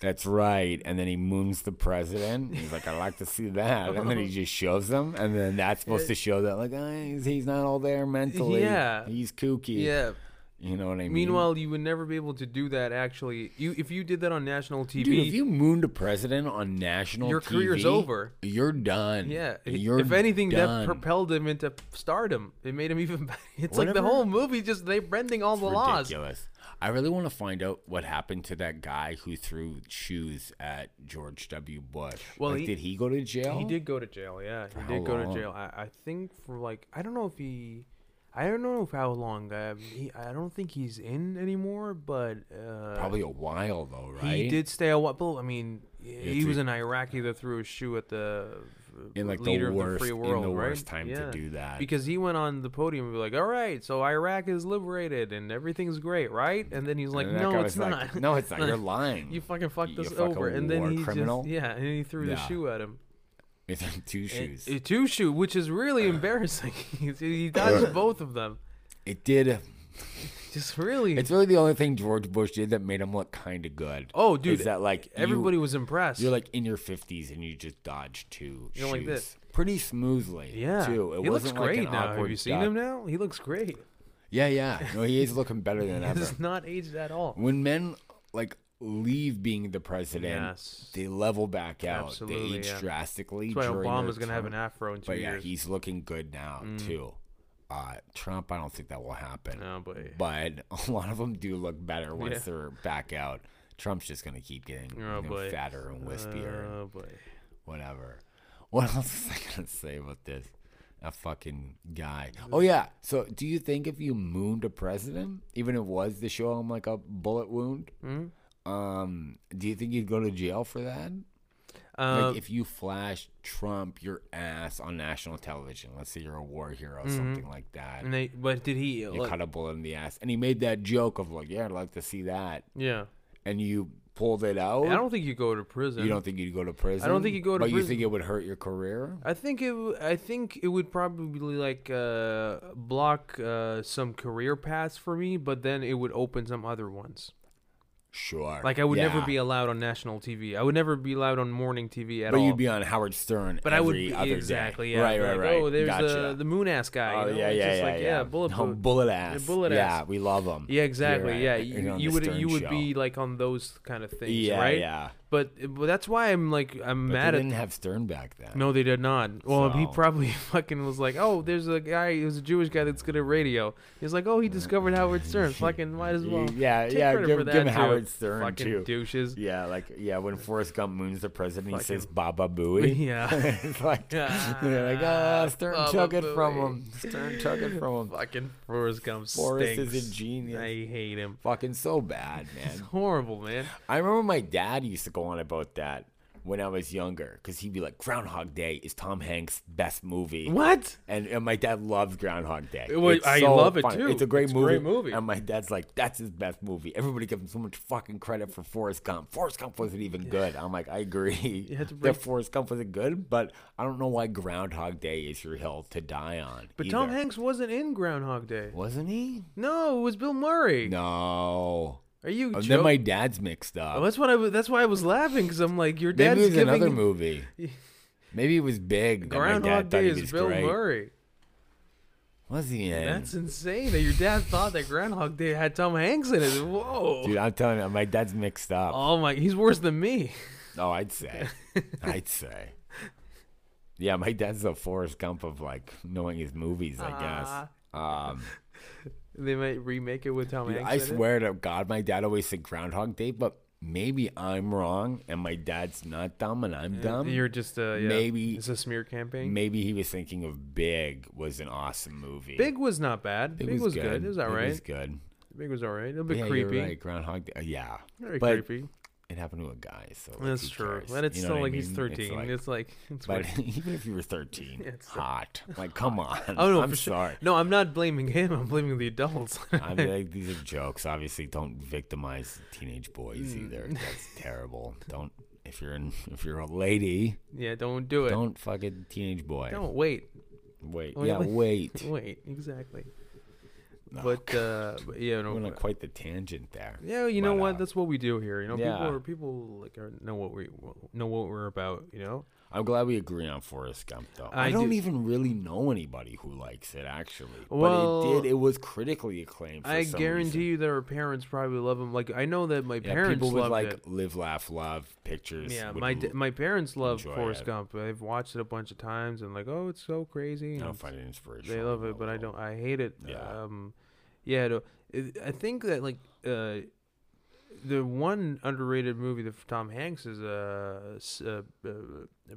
that's right. And then he moons the president. He's like, "I like to see that." And then he just shows them, and then that's supposed to show that like "Ah, he's, he's not all there mentally. Yeah. he's kooky. Yeah. you know what I mean. Meanwhile, you would never be able to do that. Actually, you if you did that on national TV, Dude, if you mooned a president on national Your career's TV, over. You're done. yeah. i- you're if anything, done. that propelled him into stardom. It made him even. better. It's like the Whatever. whole movie just they bending all the laws. ridiculous. I really want to find out what happened to that guy who threw shoes at George W. Bush. Well, Like, he- did he go to jail? He did go to jail. Yeah, he Oh. how did go long? to jail. I, I think for like I don't know if he, I don't know if how long. Uh, he, I don't think he's in anymore. But uh, Probably a while though, right? he did stay a while. But I mean, he to- was an Iraqi that threw a shoe at the uh, In like leader the worst, of the free world, in the right? worst time Yeah. to do that. Because he went on the podium and be like, "All right, so Iraq is liberated and everything's great, right?" And then he's like, And that "No, guy it's was not. like, "No, it's not. You're lying. You fucking fucked You us fucking over." And then war he criminal. just yeah, and he threw the Yeah. shoe at him. He threw two shoes. A two shoe, which is Uh, really embarrassing. He's- he dodged both of them. it did. Just really. It's really the only thing George Bush did that made him look kind of good. oh, dude. is that like you- everybody was impressed. You're like in your fifties and you just dodged two You know, shoes like this. pretty smoothly. yeah. too. It he looks wasn't like an great now. Have awkward you seen duck. him now? He looks great. Yeah, yeah. No, he is looking better than ever. He's not aged at all. when men like leave being the president, Yes. they level back out. Absolutely, they age yeah. drastically. That's why during Obama's their gonna have an term. afro in two But yeah, years. Mm. he's looking good now too. Uh, Trump, I don't think that will happen. No, but- a lot of them do look better once Yeah. they're back out. Trump's just gonna keep getting Oh, you know, boy. fatter and wispier, and Oh boy. whatever. What else is I gonna say about this? A fucking guy. Oh yeah. So, do you think if you mooned a president, even if it was to show him like a bullet wound, Mhm. um, do you think you'd go to jail for that? Uh, like if you flash Trump your ass on national television, let's say you're a war hero, something like that. Mm-hmm. and they, but did he? You like- cut a bullet in the ass, and he made that joke of like, "Yeah, I'd like to see that," yeah. and you pulled it out. I don't think you go to prison. you don't think you'd go to prison? think you'd go to but you prison. think it would hurt your career? I think it. w- I think it would probably like uh, block uh, some career paths for me, but then it would open some other ones. Sure. Like I would never Yeah. be allowed on national TV. I would never be allowed on morning TV at But all. you'd be on Howard Stern. but every I would be, other day. exactly yeah. Right, I'd be right, like, right. Oh, there's gotcha. the the moon ass guy. Oh you know? yeah, It's yeah, just yeah, like, yeah. bullet, No, po- bullet ass. bullet yeah, ass. we love them. Yeah, exactly. Yeah, You, you, you would you would be like on those kind of things, Yeah, right? yeah. But, but that's why I'm like I'm But mad they at didn't have Stern back then. No, they did not. Well, he So- probably fucking was like, "Oh, there's a guy who's a Jewish guy that's good at radio." He's like, "Oh, he discovered Howard Stern. Fucking might as well." Yeah, Take yeah. credit Give, for give that, him too. Howard Stern fucking too. douches. Yeah, like yeah. When Forrest Gump moons the president, he Fucking- says Baba Booey. uh, Yeah, it's like Ah, they're like ah, Stern Baba took it from Booey." him. Stern took it from him. fucking Forrest Gump Forrest is a stinks. genius. I hate him. Fucking so bad, man. It's horrible, man. I remember my dad used to go on about that when I was younger, because he'd be like, "Groundhog Day is Tom Hanks' best movie." What? And, and my dad loves Groundhog Day. It was- It's I so love it, funny. too. It's a great It's a movie. great movie. And my dad's like, that's his best movie. Everybody gives him so much fucking credit for Forrest Gump. Forrest Gump wasn't even good. I'm like, I agree had to that break- Forrest Gump wasn't good, but I don't know why Groundhog Day is your hill to die on. But Tom either. Hanks wasn't in Groundhog Day. wasn't he? No, it was Bill Murray. No. Are you? And joking? Oh, then my dad's mixed up. Oh, that's what I. Was, that's why I was laughing because I'm like, your dad's Maybe it was giving another movie. Maybe it was big. that my dad Groundhog thought Day he is was Bill great. Murray. Was he in? That's insane that your dad thought that Groundhog Day had Tom Hanks in it. Whoa. Dude, I'm telling you, my dad's mixed up. Oh my, he's worse than me. Oh, I'd say. I'd say. Yeah, my dad's the Forrest Gump of like knowing his movies, I guess. Um, They might remake it with Tom dude, Hanks. I in it. swear to God, my dad always said Groundhog Day, but maybe I'm wrong and my dad's not dumb and I'm dumb. You're just uh, yeah, um, Maybe- it's a smear campaign. maybe he was thinking of Big was an awesome movie. Big was not bad. Big, was, good. It was all It right. was good. Big was all right. A bit Yeah, creepy. you're right. Groundhog Day. Yeah. Very But- creepy. it happened to a guy. So like, That's who true. cares? But it's You know still what I like he's mean? 13. It's like like- it's, weird. but even if you were 13, It's still- hot. Like, come on. Oh no, I'm for sorry. sure. No, I'm not blaming him. I'm blaming the adults. I mean, like, these are jokes. Obviously, don't victimize teenage boys Mm. either. That's terrible. Don't if you're in, if you're a lady, yeah, don't do it. Don't, don't fuck a teenage boy. wait. Wait. Oh, yeah, yeah. wait. Wait, exactly. No, But uh, but yeah, no, went on but- quite the tangent there. Yeah, you But, know what? uh, That's what we do here. You know, yeah. people are people like are, know what we know what we're about. You know, I'm glad we agree on Forrest Gump, though. I, I don't do- even really know anybody who likes it, actually. but Well, it did. It was critically acclaimed. For I some guarantee reason. you that our parents probably love him. Like I know that my Yeah, parents people would loved like it. live, laugh, love pictures. Yeah, would my l- d- my parents love enjoy Forrest it. Gump. They've watched it a bunch of times and like, oh, it's so crazy. I and don't it's- find it inspirational. they love it, but I don't. I hate it. Yeah. Um, yeah. no, it- I think that like uh, the one underrated movie that Tom Hanks is uh, s- uh, uh,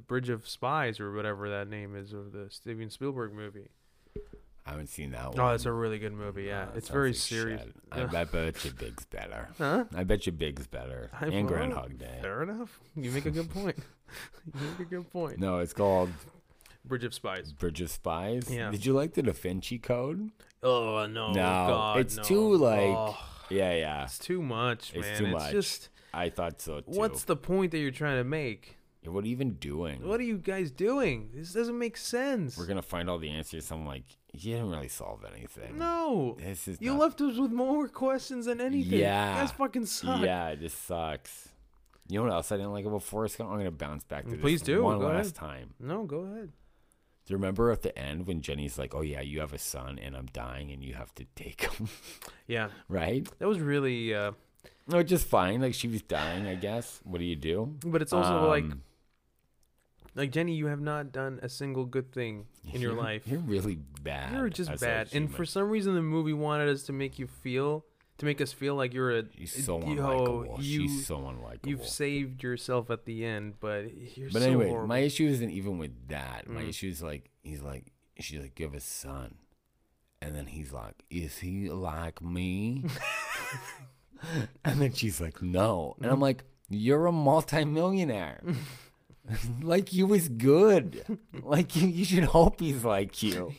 Bridge of Spies or whatever that name is of the Steven Spielberg movie. I haven't seen that one. Oh, that's a really good movie. Yeah, That it's sounds very like serious. shit. I, I bet you Big's better. Huh? I bet you Big's better. I- well, and Groundhog Day. Fair enough. You make a good point. you make a good point. No, it's called Bridge of Spies. Bridge of Spies. Yeah. Did you like the Da Vinci Code? Oh no, no, God, it's no. too like. Oh, Yeah, yeah. it's too much, It's man. too it's much. just I thought so too. what's the point that you're trying to make? Yeah, What are you even doing? What are you guys doing? This doesn't make sense. We're gonna find all the answers. I'm like, you didn't really solve anything. no. This is You not- left us with more questions than anything. Yeah. That's fucking suck. Yeah, it just sucks. You know what else I didn't like about Forrest Gump? I'm gonna bounce back to this Please do, one go ahead. last time. No, go ahead. Do you remember at the end when Jenny's like, "Oh yeah, you have a son, and I'm dying, and you have to take him," Yeah. right? That was really uh No, just fine. Like she was dying, I guess. What do you do? but it's also like Um, like Jenny, you have not done a single good thing in your you're- life. you're really bad. You're just as a bad. And human. for some reason the movie wanted us to make you feel to make us feel like you're a she's so yo, unlikable. you- she's so unlikable. You've saved yourself at the end, but you're But so anyway, horrible. Uh, Mm. my issue isn't even with that. My issue is like he's like she's like, give a son. And then he's like, Is he like me? and then she's like, No. And Mm. I'm like, You're a multimillionaire. like you was good. Like you, you should hope he's like you.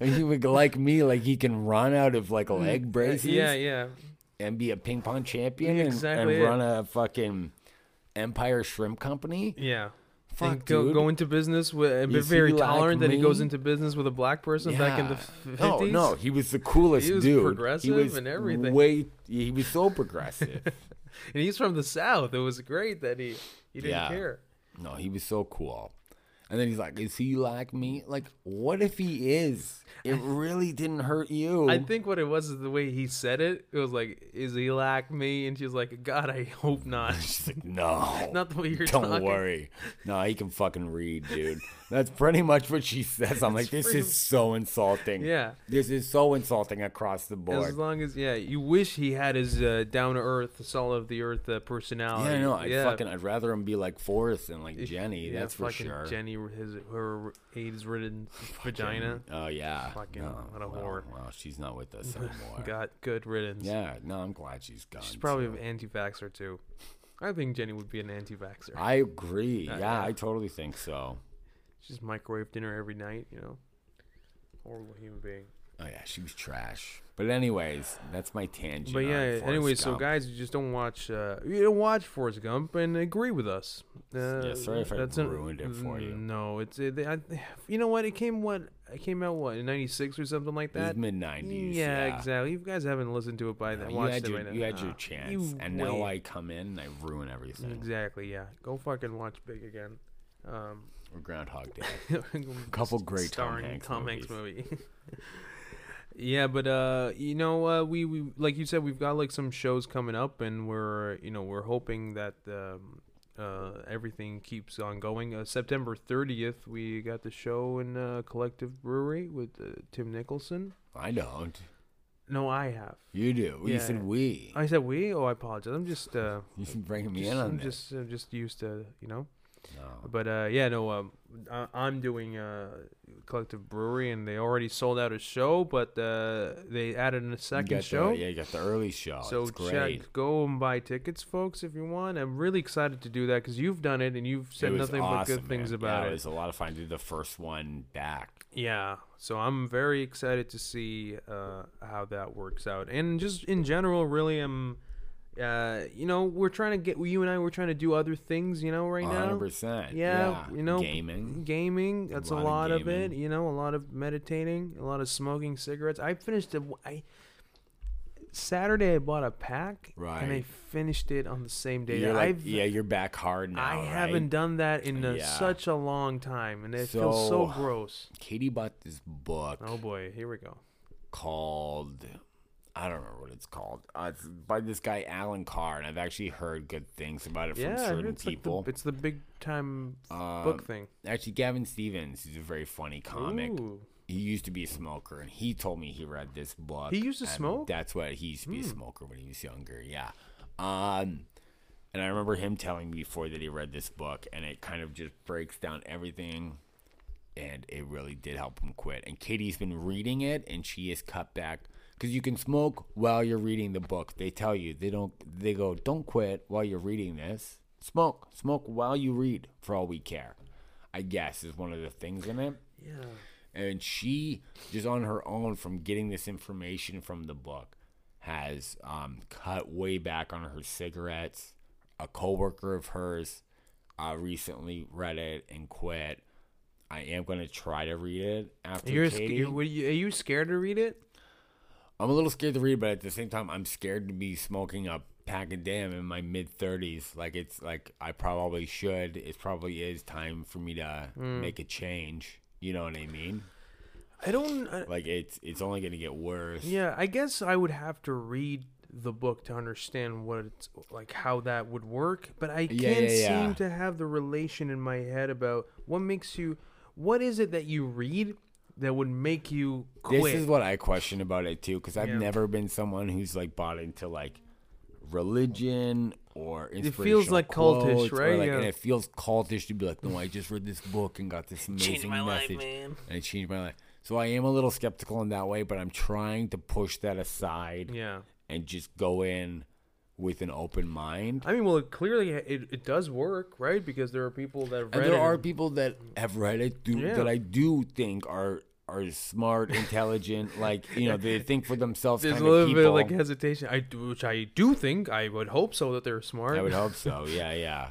and he would like me, like he can run out of like leg Mm. braces Uh, Yeah, yeah. and be a ping pong champion Yeah, and- exactly and it. run a fucking Empire Shrimp Company. Yeah. Fuck, and go, dude. go into business with and be Is he very like tolerant that he goes me? into business with a black person back in the Yeah. fifties. No, no, he was the coolest He was dude. progressive he was and everything. Way, he was so progressive. and he's from the south. It was great that he he didn't Yeah. care. no, he was so cool. And then he's like, "Is he like me? Like, what if he is? It really didn't hurt you." I think what it was is the way he said it. It was like, "Is he like me?" And she's like, "God, I hope not." She's like, "No, Not the way you're don't talking. worry. No, he can fucking read, dude. That's pretty much what she says. I'm like, this pretty- is so insulting. Yeah. this is so insulting across the board. As long as yeah, you wish he had his uh, down to earth, soul of the earth uh, yeah, personality. I know. I fucking, I'd rather him be like Forrest than like Jenny. Yeah, that's for fucking sure. Jenny, with his her AIDS-ridden vagina. Oh yeah. Fucking- what a well, whore. Well, she's not with us anymore. Got good riddance. Yeah, no, I'm glad she's gone. She's probably an anti-vaxxer too. I think Jenny would be an anti-vaxxer. I agree. Uh, Yeah, yeah. I totally think so. She's microwave dinner every night, you know. Horrible human being. Oh yeah, she was trash. But anyways, that's my tangent. But on yeah, Forrest anyway, so Gump. guys, you just don't watch uh you don't watch Forrest Gump and agree with us. Uh, yeah, sorry if I an- ruined it for you. No, it's it, I, you know what? It came what it came out what in 96 or something like it was that. mid '90s. Yeah, exactly. You guys haven't listened to it by then. You watched had, it your, by now. you had your Ah, chance, you and now wait. I come in and I ruin everything. Exactly, yeah. Go fucking watch Big again. Um Or Groundhog Day. couple great Tom starring Hanks Tom Hanks movie. yeah, but uh, you know, uh, we we like you said, we've got like some shows coming up, and we're you know we're hoping that um, uh, everything keeps on going. Uh, September thirtieth, we got the show in uh, Collective Brewery with uh, Tim Nicholson. I don't. No, I have. You do. You Yeah. said we. I said we. Oh, I apologize. I'm just uh, you should bring me just, in on I'm this. just I'm just used to you know. no. But uh, yeah, no, um, I, I'm doing uh, Collective Brewery, and they already sold out a show, but uh, they added a You second got show. The, yeah, you got the early show. so it's great. check, go and buy tickets, folks, if you want. I'm really excited to do that because you've done it and you've said It was nothing but awesome, good things man. about yeah, it. It was a lot of fun. I did the first one back. Yeah, so I'm very excited to see uh, how that works out, and just in general, really, I'm. Uh, you know, we're trying to get you and I. We're trying to do other things. You know, right now. 100%. yeah, you know Gaming. gaming that's a lot, lot of of, it you know a lot of meditating a lot of smoking cigarettes i finished a, i saturday i bought a pack and i Right. finished it on the same day You're like, i've yeah, you're back hard now. i right? haven't done that in a, Yeah. such a long time and it feels so So- gross Katie bought this book oh boy here we go called. I don't remember what it's called. Uh, it's by this guy Alan Carr, and I've actually heard good things about it from yeah I heard certain it's, like people. the, it's the big time Uh, book thing Actually, Gavin Stevens, he's a very funny comic. Ooh. He used to be a smoker, and he told me he read this book. He used to and smoke? Hmm. That's what he used to be a smoker when he was younger. Yeah. Um, and I remember him telling me before that he read this book, and it kind of just breaks down everything, and it really did help him quit. And Katie's been reading it, and she has cut back because you can smoke while you're reading the book. They tell you they don't. They go, don't quit while you're reading this. Smoke, smoke while you read. For all we care, I guess is one of the things in it yeah and she just on her own from getting this information from the book has um, cut way back on her cigarettes a coworker of hers uh, recently read it and quit i am going to try to read it after you're, sc- Katie. you were you, are you scared to read it i'm a little scared to read but at the same time i'm scared to be smoking a pack a day i'm in my mid 30s like it's like i probably should it probably is time for me to Hmm. make a change you know what i mean i don't I, like it's it's only going to get worse Yeah, I guess I would have to read the book to understand what it's like how that would work, but I Yeah, can't yeah, yeah. seem to have the relation in my head about what makes you what is it that you read that would make you quit. This is what I question about it too, because I've Yeah. never been someone who's like bought into like religion or it feels like cultish, right? Like, Yeah. And it feels cultish to be like, no, I just read this book and got this amazing message, man. and it changed my life. So I am a little skeptical in that way, but I'm trying to push that aside Yeah. and just go in with an open mind. I mean, well, it clearly it, it does work, right? Because there are people that have And read there it are people that have read it do, Yeah. that I do think are are smart, intelligent, like you know they think for themselves. there's a kind of little bit people. of like hesitation. I do, which I do think I would hope so that they're smart. I would hope so. Yeah, yeah.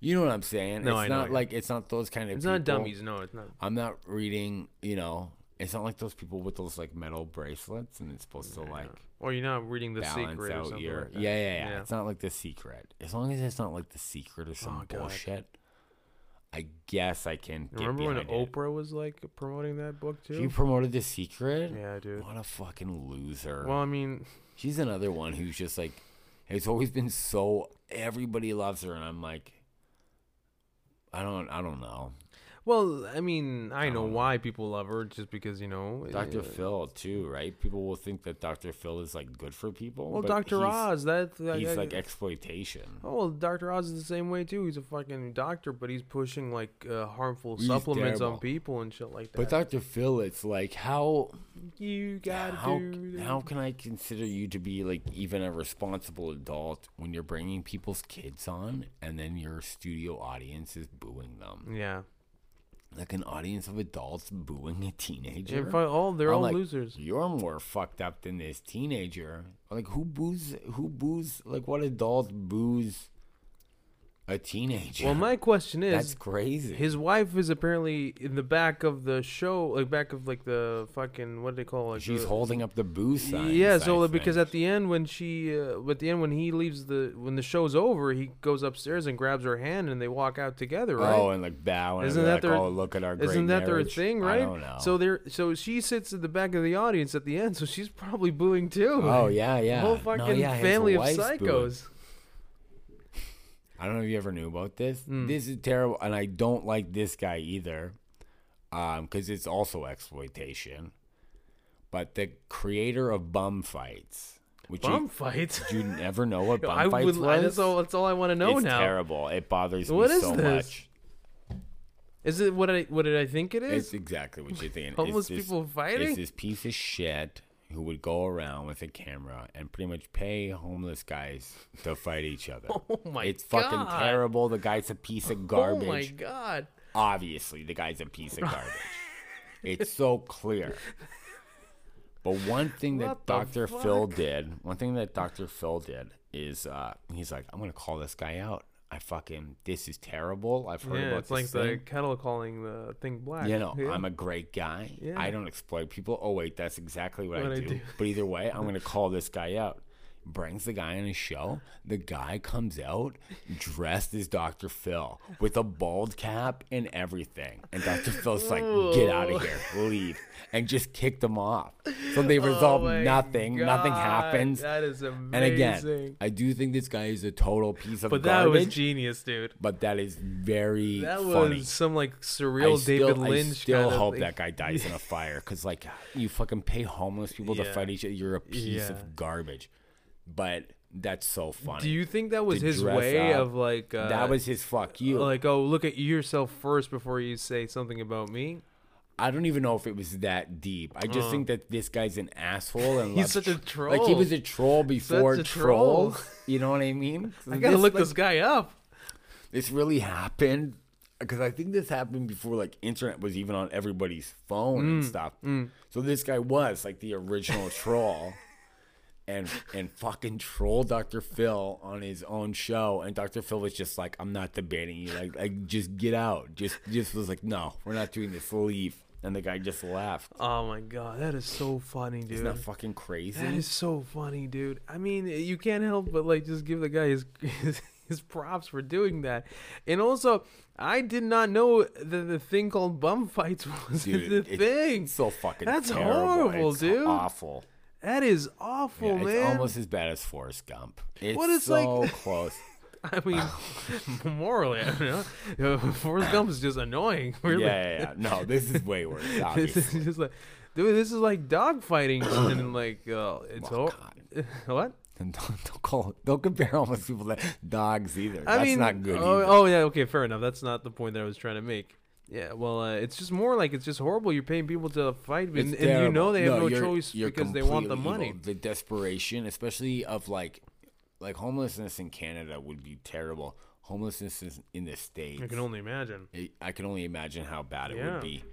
You know what I'm saying? No, it's I know not you. like it's not those kind of it's people. not dummies. No, it's not. I'm not reading, you know, it's not like those people with those like metal bracelets and it's supposed to like Or you're not reading the balance secret or out something. your like that. yeah, yeah, yeah, Yeah. It's not like the secret. As long as it's not like the secret or some Oh, God. bullshit. I guess I can get Remember when behind it. Oprah was like promoting that book She too? promoted The Secret? Yeah, dude. What a fucking loser. Well, I mean, She's another one who's just like, it's always been so everybody loves her, and I'm like, I don't, I don't know. well, I mean, I know don't know. why people love her, just because you know, Dr. uh, Phil too, right? People will think that Dr. Phil is like good for people. Well, but Doctor he's- Oz, that, that He's guy- like exploitation. Oh well, Doctor Oz is the same way too. He's a fucking doctor, but he's pushing like uh, harmful He's supplements terrible. on people and shit like that. But Dr. Phil, it's like how you gotta how do that. how can I consider you to be like even a responsible adult when you're bringing people's kids on and then your studio audience is booing them? Yeah, Like an audience of adults booing a teenager. and fi- all they're I'm all like, losers. You're more fucked up than this teenager. Like who boos? Who boos? Like what adult boos a teenager? Well, my question that's is, crazy. his wife is apparently in the back of the show, like back of like the fucking what do they call it? Like, She's the- holding up the boo sign. Yeah, so because at the end when she, uh, at the end when he leaves the when the show's over, he goes upstairs and grabs her hand and they walk out together, right? oh, and like bow and Isn't be that like, their- oh, look at our great Isn't that marriage." their thing, I right? don't know. So they're so she sits at the back of the audience at the end, so she's probably booing too. oh yeah, yeah, The whole No, fucking yeah, his family of wife's booing. psychos. I don't know if you ever knew about this. Hmm. This is terrible, and I don't like this guy either, um, because it's also exploitation. But the creator of bum fights, which Bum you, fights. you never know what bum I would. fights I- was. That's all. That's all I want to know it's now. terrible. It bothers What me is so this? much. Is it what I what did I think it is? It's exactly what you're thinking. It's Homeless this- people fighting? It's this piece of shit who would go around with a camera and pretty much pay homeless guys to fight each other. Oh my It's fucking God. terrible. The guy's a piece of Oh my garbage. god. Obviously, the guy's a piece of garbage. it's so clear. But one thing that What the Dr. Phil did, one thing that Dr. Phil did is uh, he's like, I'm going to call this guy out. I fucking, this is terrible. I've heard Yeah, about it's this like the thing. kettle calling the thing black. You know, Yeah. I'm a great guy. Yeah. I don't exploit people. Oh wait, that's exactly what, What I, I do. do. But either way, I'm gonna call this guy out. Brings the guy on his show. The guy comes out dressed as Dr. Phil with a bald cap and everything. And Dr. Phil's like, get out of here, leave, and just kicked him off. So they resolve Oh my nothing. Nothing God, happens. That is amazing. And again, I do think this guy is a total piece of but that garbage. was genius, dude. but that is very That funny. was some like I surreal David Lynch I still kind hope of that guy dies in a fire because, like, you fucking pay homeless people to Yeah. fight each other. You're a piece Yeah. of garbage. But that's so funny. Do you think that was to his dress way up. of like uh, that was his fuck you. like oh look at yourself first before you say something about me? I don't even know if it was that deep. I just think that this guy's an asshole and He's loves such a tr- Like he troll. was a troll before a troll. trolls. You know what I mean? I gotta look this guy up. this really happened because I think this happened before like internet was even on everybody's phone Mm, and stuff. So this guy was like the original troll. And, and fucking troll Dr. Phil on his own show, and Dr. Phil was just like, "I'm not debating you, like, like just get out." Just just was like, "No, we're not doing this. Leave." And the guy just left. Oh my god, that is so funny, dude. Isn't that fucking crazy? That is so funny, dude. I mean, eh, you can't help but like just give the guy his his, his props for doing that. And also, I did not know that the thing called bum fights was Dude, the it's thing. so fucking. That's terrible. horrible, It's dude. Awful. That is awful, Yeah, Oh, man. it's almost as bad as Forrest Gump. It's What is, like- so close. I mean, morally, I don't know. Forrest Gump is just annoying. Really, Yeah, yeah, yeah. No, this is way worse. this Obviously. is just like, dude, this is like dog fighting and like uh, it's Oh, hor- what? And don't, don't call. Don't compare homeless people to dogs either. I That's mean, not good. Oh, either. oh, yeah, okay, fair enough. That's not the point that I was trying to make. Yeah, well, uh, it's just more like it's just horrible. You're paying people to fight, and, It's and you know terrible. they have no, you're- choice you're because they want the completely money. evil. The desperation, especially of like, like homelessness in Canada would be terrible. Homelessness is in the states. I can only imagine. it, I can only imagine how bad it Yeah. would be.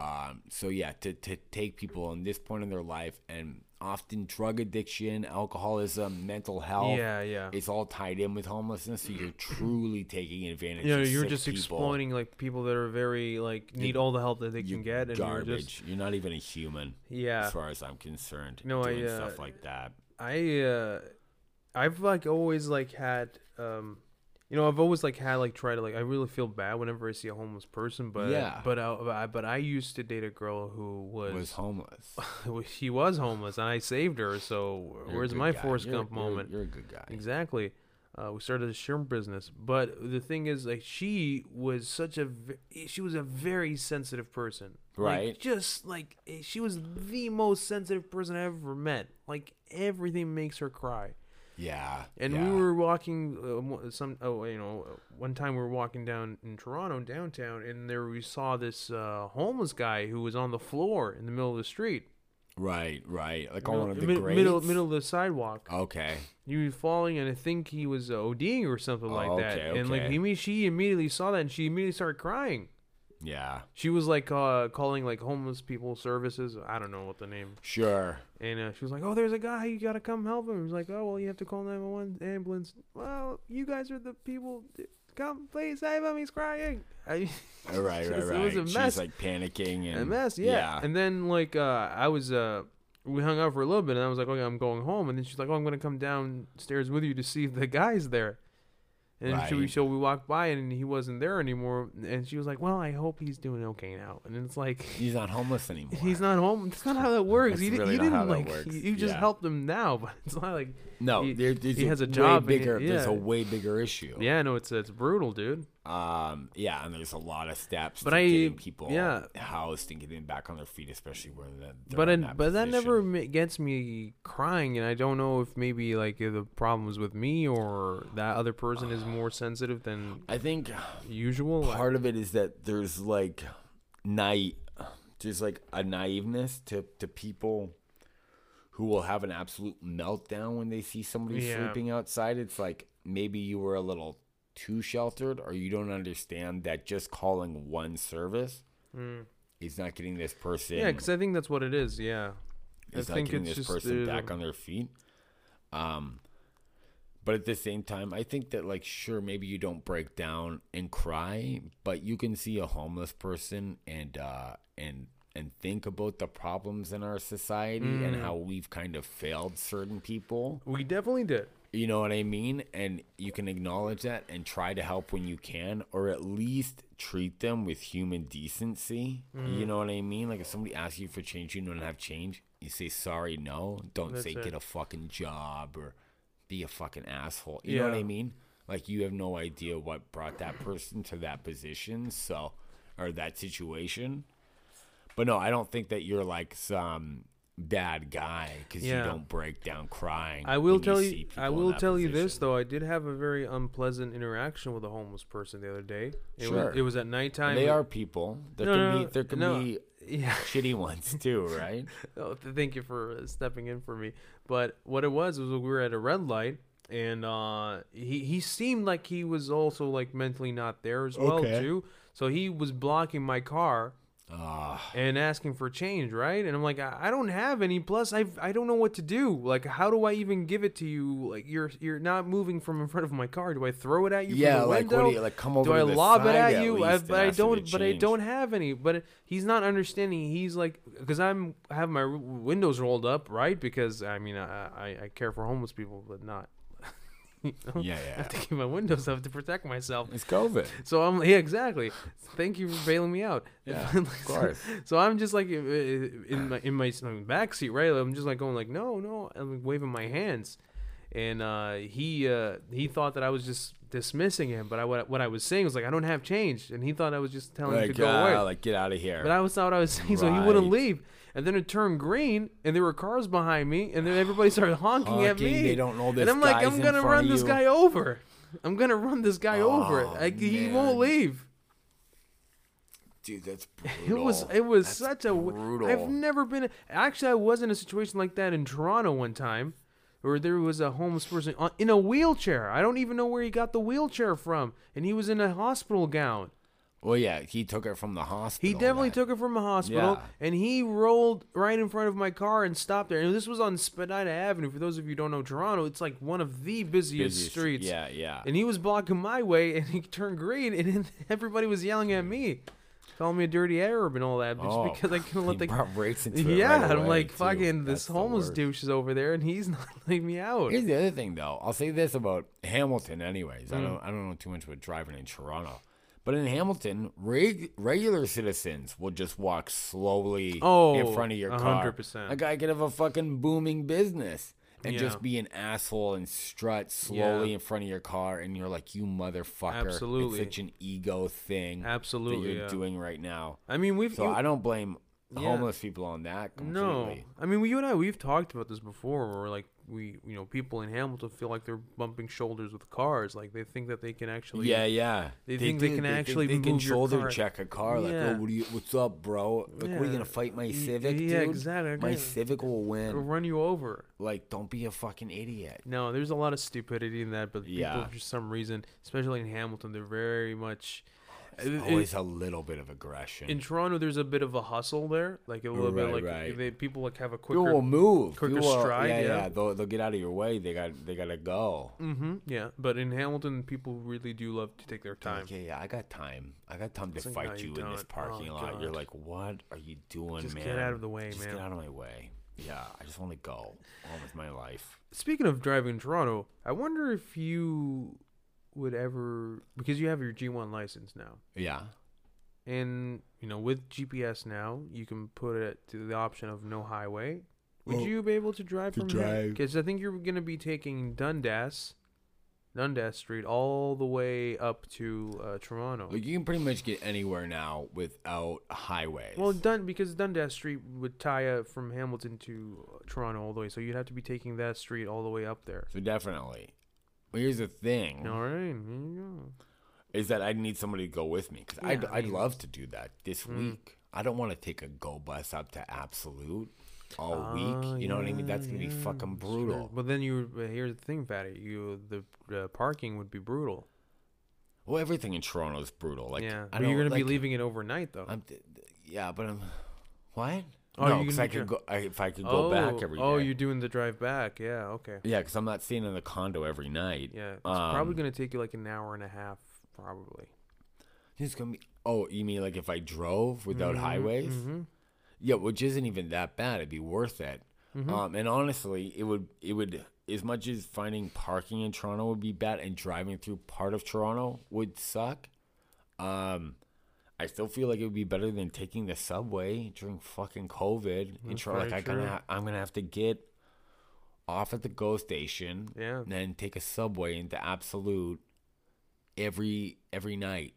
Um, so yeah, to, to take people on this point in their life and often drug addiction, alcoholism, mental health, Yeah, yeah. it's all tied in with homelessness. So you're truly taking advantage. You know, of you're sick just people. exploiting like people that are very like need all the help that they You're can get, and you're garbage. just You're not even a human, yeah. as far as I'm concerned. No, I, doing uh, stuff like that. I uh, I've like always like had um, You know, I've always like had like tried to like I really feel bad whenever I see a homeless person, but Yeah. but I, but I but I used to date a girl who was, was homeless. she was homeless and I saved her, so You're a where's good my guy. Forrest You're- Gump you're- moment? You're a good guy. Exactly. Uh, we started a shrimp business, but the thing is, like, she was such a ve- she was a very sensitive person, Like, Right. just like eh, she was the most sensitive person I ever met. Like everything makes her cry. Yeah. And yeah. we were walking uh, mo- some oh you know one time we were walking down in Toronto downtown, and there we saw this uh, homeless guy who was on the floor in the middle of the street, right, right. Like on one of the mid- greats. middle middle of the sidewalk. Okay. He was falling, and I think he was uh, ODing or something like that. Okay, And like okay. he, me- she immediately saw that, and she immediately started crying. Yeah. She was like uh, calling like homeless people services. I don't know what the name. Sure. And uh, she was like, "Oh, there's a guy. You gotta come help him." He was like, "Oh, well, you have to call 911 ambulance." Well, you guys are the people. Come, please save him. He's crying. I, All right, right, Just- right. it was a She mess. was like panicking and a mess. Yeah. And then like uh, I was uh, we hung out for a little bit, and I was like, okay, I'm going home. And then she's like, oh, I'm gonna come downstairs with you to see if the guy's there. And she, we Right. so we walked by, and he wasn't there anymore. And she was like, well, I hope he's doing okay now. And it's like. He's not homeless anymore. He's not home. That's not how that works. That's You, di- really you not didn't how that like. works. You, you just Yeah. helped him now, but it's not like. no. he- there, there's he a has a way job and it- Bigger. There's a yeah. way bigger issue. Yeah, no, it's it's brutal, dude. Um. Yeah. And there's a lot of steps. But to I- getting people yeah. housed and getting back on their feet, especially when they're but in it, that but that position. never ma- gets me crying, and I don't know if maybe like if the problem was with me or that other person is more sensitive than I think usual. I- part of it is that there's like night there's like a naiveness to, to people who will have an absolute meltdown when they see somebody Yeah. sleeping outside it's like maybe you were a little too sheltered or you don't understand that just calling one service is not getting this person Hmm. yeah, because I think that's what it is. Yeah, is I not think getting it's this just person uh, back on their feet. Um, but at the same time, I think that like sure maybe you don't break down and cry, but you can see a homeless person and uh and and think about the problems in our society and Mm. how we've kind of failed certain people. we definitely did. You know what I mean? And you can acknowledge that and try to help when you can, or at least treat them with human decency. Mm. You know what I mean? Like if somebody asks you for change, you don't have change. You say sorry, no. Don't say it. get a fucking job or be a fucking asshole. You know what Yeah. I mean? Like you have no idea what brought that person to that position, so or that situation. But no, I don't think that you're like some bad guy because Yeah. you don't break down crying. I will when tell see you. I people in will that tell you this position. though. I did have a very unpleasant interaction with a homeless person the other day. It Sure. Was, it was at nighttime. They are people. There No, can no, be there can no. be Yeah. shitty ones too, right? Oh, th- thank you for uh, stepping in for me. But what it was was we were at a red light, and uh, he he seemed like he was also like mentally not there as well Okay. too. So he was blocking my car Ah, and asking for change, right? And I'm like, I, I don't have any. Plus, I I don't know what to do. Like, how do I even give it to you? Like, you're you're not moving from in front of my car. Do I throw it at you? Yeah, from the like, what do window? you- like, come over Do to I the lob it side at at you? least I, and but I ask them to don't. But I change? don't have any. But he's not understanding. He's like, because I'm I have my w- windows rolled up, right? Because I mean, I I, I care for homeless people, but not. you know? yeah, I yeah. have to keep my windows up to protect myself. It's COVID. So I'm yeah, exactly. Thank you for bailing me out. Yeah, Like, of so- course. So I'm just like uh, in my in my back seat, right? I'm just like going like, no, no. I'm like, waving my hands, and uh, he uh, he thought that I was just dismissing him, but I what, what I was saying was like, I don't have change, and he thought I was just telling him Like, to go away. uh, like get out of here. But I was not what I was saying, so he wouldn't Right. leave. And then it turned green, and there were cars behind me, and then everybody started honking, at Honking, me. they don't know this And I'm like, guy's I'm in gonna front run of this you." guy over. I'm gonna run this guy over. Oh, Like, he man. won't leave. Dude, that's brutal. It was it was That's such a brutal. have never been actually I was in a situation like that in Toronto one time where there was a homeless person on, in a wheelchair. I don't even know where he got the wheelchair from and he was in a hospital gown. well, yeah, he took it from the He hospital. definitely that- took it from a hospital Yeah. and he rolled right in front of my car and stopped there. And this was on Spadina Avenue. For those of you who don't know Toronto, it's like one of the busiest, Busiest- streets. Yeah, yeah. And he was blocking my way and he turned green and everybody was yelling at me. calling me a dirty Arab and all that just Hmm. Oh, because I couldn't let He the brought rates into it right yeah. I'm away, like too. fucking this That's the homeless worst. douche is over there and he's not letting me out. Here's the other thing, though. I'll say this about Hamilton, anyways. Mm. I don't, I don't know too much about driving in Toronto, but in Hamilton, reg- regular citizens will just walk slowly Oh, in front of your a car. hundred percent. A guy could have a fucking booming business and Yeah. just be an asshole and strut slowly in front of your car, and you're like, you motherfucker. Absolutely. it's such an ego thing. that Absolutely. you're yeah. doing right now. I mean, we've So you- I don't blame Yeah. homeless people on that No, completely. I mean, you and I, we've talked about this before. Where like we, you know, people in Hamilton feel like they're bumping shoulders with cars. Like they think that they can actually. Yeah, yeah. They think they do. can actually they can move your shoulder car. check a car. Like, Yeah. oh, what do you? What's up, bro? Like, what are you Yeah. gonna fight my Y- Civic, yeah, dude? exactly. My Yeah. Civic will It'll win. run you over. Like, don't be a fucking idiot. No, there's a lot of stupidity in that, but Yeah. people for some reason, especially in Hamilton, they're very much. uh, There's it- always a little bit of aggression. in Toronto, there's a bit of a hustle there, like a little Right, bit like right. They, people like have a quicker. you will move. quicker you will, stride, Yeah, yeah. yeah. They'll, they'll get out of your way. They got they gotta go. hmm yeah, but in Hamilton, people really do love to take their time. Like, yeah, yeah. I got time. I got time to like, fight no, you you in this don't. Oh, parking lot. You're God. like, what are you doing, Just man? get out of the way, Just man." Get out of my way. Yeah, I just want to go on with my life. Speaking of driving in Toronto, I wonder if you would ever because you have your G1 license now. Yeah. And you know, with GPS now, you can put it to the option of no highway. Would Oh, you be able to drive to from drive. Because I think you're going to be taking Dundas, Dundas Street, all the way up to uh, Toronto. Like you can pretty much get anywhere now without highways. Well, Dun because Dundas Street would tie up from Hamilton to uh, Toronto all the way, so you'd have to be taking that street all the way up there. so definitely. But here's the thing: All right, there you is that I need somebody to go with me because I'd, Yeah, Mm. I I'd mean- love to do that this week. I don't want to take a go bus up to Absolute all go. Ah, week. You know what I mean? yeah, That's gonna be yeah, fucking that's true. brutal. But then you but here's the thing, Fatty. You the uh, parking would be brutal. Well, everything in Toronto is brutal. Like, yeah, I but you're don't- gonna be like, leaving it overnight though. I'm, th- th- yeah, but I'm. What? Oh, no, you because gonna I be could dri- go. I, if I could go back every day. Oh, you're doing the drive back. Yeah, okay. Yeah, because I'm not staying in the condo every night. Yeah, it's Um, probably gonna take you like an hour and a half, probably. It's gonna be. Oh, you mean like if I drove without highways? mhm. Yeah, which isn't even that bad. It'd be worth it. Mm-hmm. Um, and honestly, it would. It would as much as finding parking in Toronto would be bad, and driving through part of Toronto would suck. Um, I still feel like it would be better than taking the subway during fucking COVID in That's Toronto. Like very I gonna, true. ha- I'm gonna have to get off at the GO station, Yeah. and then take a subway into Absolute every every night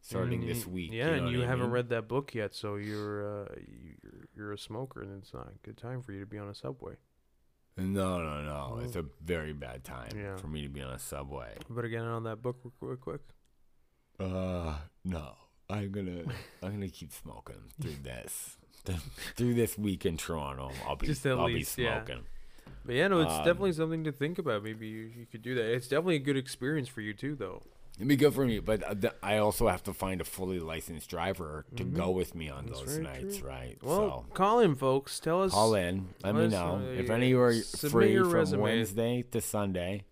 starting And this you- week. Mm, Yeah, know and what you I haven't mean? read that book yet, so you're uh, you're you're a smoker, and it's not a good time for you to be on a subway. No, no, no. It's a very bad time Oh. Yeah. for me to be on a subway. I better get on that book real, real quick. Uh, no. I'm gonna I'm gonna keep smoking through this. through this week in Toronto, I'll be Just at I'll least, be yeah. smoking. But yeah, no, it's Um, definitely something to think about. Maybe you, you could do that. It's definitely a good experience for you too, though. It'd be good for me, but uh, th- I also have to find a fully licensed driver to go with me on Mm-hmm. That's those very nights, true. right? Well, so call in, folks. Tell us. call in. Let me let's, know uh, if any are submit free your from resume. Wednesday to Sunday.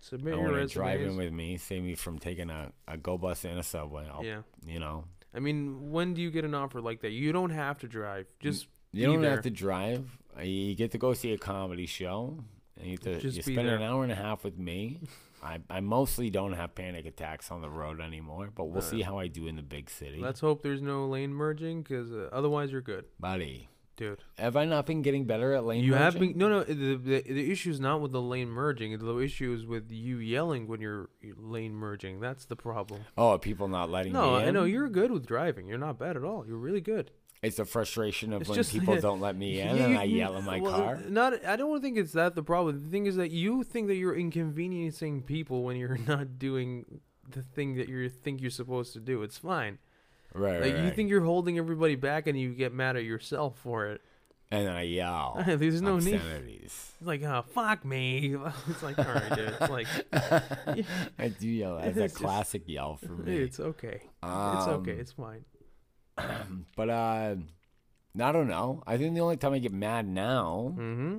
Submit I your want to drive in resume. with me, save me from taking a, a go bus and a subway. I'll, Yeah, You know, I mean, when do you get an offer like that? You don't have to drive. Just Mm, you be don't there. have to drive. Uh, You get to go see a comedy show. And you, get to, Just you be spend an there. hour and a half with me. I, I mostly don't have panic attacks on the road anymore, but we'll see how I do in the big city. Let's hope there's no lane merging, because uh, otherwise you're good, Buddy, dude. have I not been getting better at lane You have merging? been no no. The, the the issue is not with the lane merging. The issue is with you yelling when you're you're lane merging. That's the problem. Oh, are people not letting No, me in? I know you're good with driving. You're not bad at all. You're really good. It's the frustration of It's when just- people don't let me in and You- I you- yell in my well, car. Not. I don't think it's that the problem. The thing is that you think that you're inconveniencing people when you're not doing the thing that you think you're supposed to do. It's fine. Right, Like right, you right. think you're holding everybody back, and you get mad at yourself for it. and then I yell. There's no need. obscenities. It's like, oh, fuck me. It's like, all right, dude. It's like, I do yell. That's a It's just- classic yell for me. Um, it's okay. it's okay. It's fine. But uh, I don't know. I think the only time I get mad now Mm-hmm.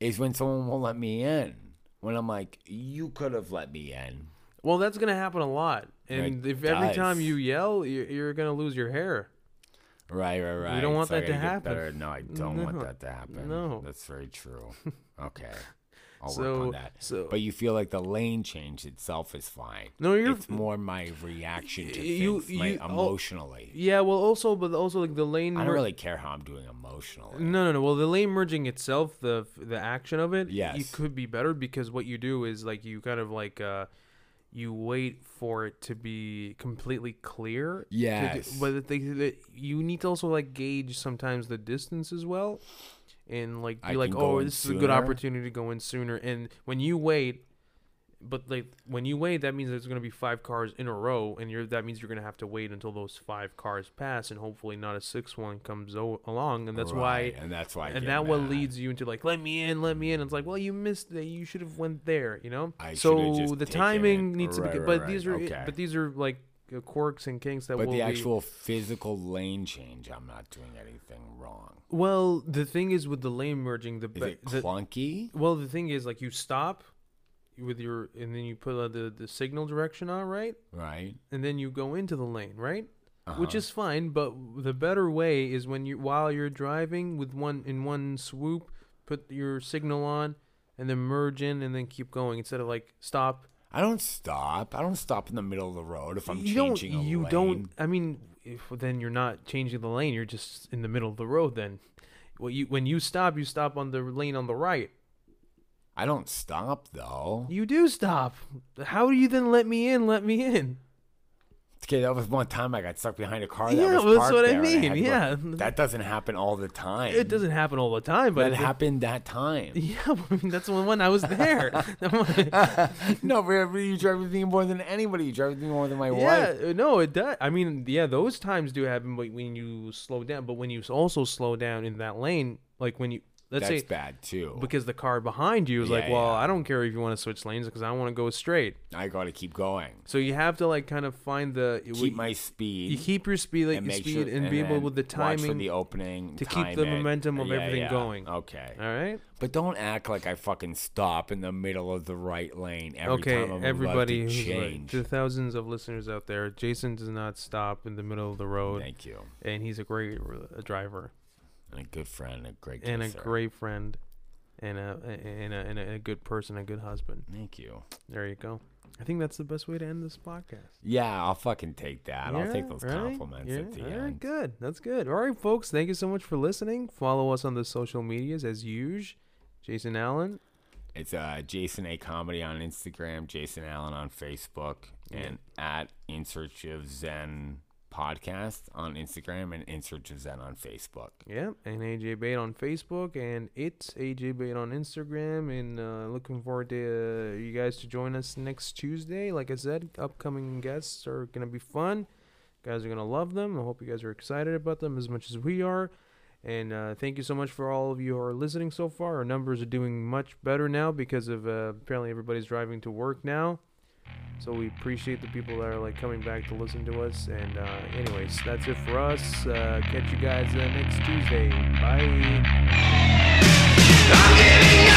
is when someone won't let me in. When I'm like, you could have let me in. Well, that's gonna happen a lot, and It if every time does. you yell, you're, you're gonna lose your hair. Right, right, right. don't want I that to gotta get happen. better. No, I don't want No. that to happen. No. that's very true. Okay, I'll work So- on that. so- but you feel like the lane change itself is fine. No, you're It's more my reaction to You- things, my you- oh, emotionally. yeah. Well, also, but also like the lane. I don't mer- really care how I'm doing emotionally. No, no, no. Well, the lane merging itself, the the action of it, you Yes. could be better because what you do is like you kind of like uh, you wait for it to be completely clear. to do- Yes. but the thing that you need to also like gauge sometimes the distance as well, and like be I like, can go oh, in this is a good sooner." opportunity to go in sooner. And when you wait. But like when you wait, that means there's gonna be five cars in a row, and you're that means you're gonna have to wait until those five cars pass, and hopefully not a sixth one comes o- along, and that's why Right, and that's why, I and get that what mad. leads you into like let me in let me in it's like well you missed that you should have went there you know I should've so just the taken timing it. needs to be Right, good right, but these are right. Okay. but these are like uh, quirks and kinks that But will the be- actual physical lane change, I'm not doing anything wrong. well the thing is with the lane merging the, Is ba- it the clunky? well the thing is like you stop with your and then you put uh, the the signal direction on right Right. and then you go into the lane right Uh-huh. which is fine but the better way is when you while you're driving with one in one swoop put your signal on and then merge in and then keep going instead of like stop I don't stop. I don't stop in the middle of the road if I'm you don't changing a you lane. don't i mean if, then you're not changing the lane you're just in the middle of the road then well you when you stop you stop on the lane on the right I don't stop though. you do stop how do you then let me in let me in Okay, that was one time I got stuck behind a car. That Yeah, was well, that's parked what I there and mean, had to go- yeah. that doesn't happen all the time. it doesn't happen all the time but That it- happened that time. yeah but I mean, that's the one i was there no, but you drive with me more than anybody. You drive with me more than my Yeah, wife. uh, no, it does. I mean, yeah, those times do happen but when you slow down, but when you also slow down in that lane, like when you let's That's say bad too. because the car behind you is like, Yeah, well, yeah. I don't care if you want to switch lanes because I want to go straight. I got to keep going. So you have to like kind of find the Keep my you speed. keep your speed, like and your make speed, sure, and, be able then with the watch for timing. the opening to keep time the it. momentum of Yeah, everything yeah. going. Uh, Okay. all right, But don't act like I fucking stop in the middle of the right lane every okay, time I'm everybody about to who's like- change. to the thousands of listeners out there, Jason does not stop in the middle of the road, Thank you. and he's a great uh, driver. And a good friend, a great and a kisser. great friend and a and a, and a, and a good person a good husband Thank you. there you go i think that's the best way to end this podcast Yeah, I'll fucking take that. I'll take Yeah, those right? compliments Yeah, at the all right, end. good that's good all right folks thank you so much for listening follow us on the social medias as usual jason allen It's uh, Jason A Comedy on Instagram, Jason Allen on Facebook, and at In Search of Zen Podcast on Instagram and In Search of Zen on Facebook. yeah and aj bait on facebook and it's aj bait on instagram and uh, looking forward to uh, you guys to join us next tuesday like i said upcoming guests are gonna be fun guys are gonna love them. I hope you guys are excited about them as much as we are. And uh, thank you so much for all of you who are listening so far. Our numbers are doing much better now because of uh, apparently everybody's driving to work now. So we appreciate the people that are like coming back to listen to us. And uh, anyways, that's it for us. Uh, catch you guys uh, next Tuesday. Bye. I'm giving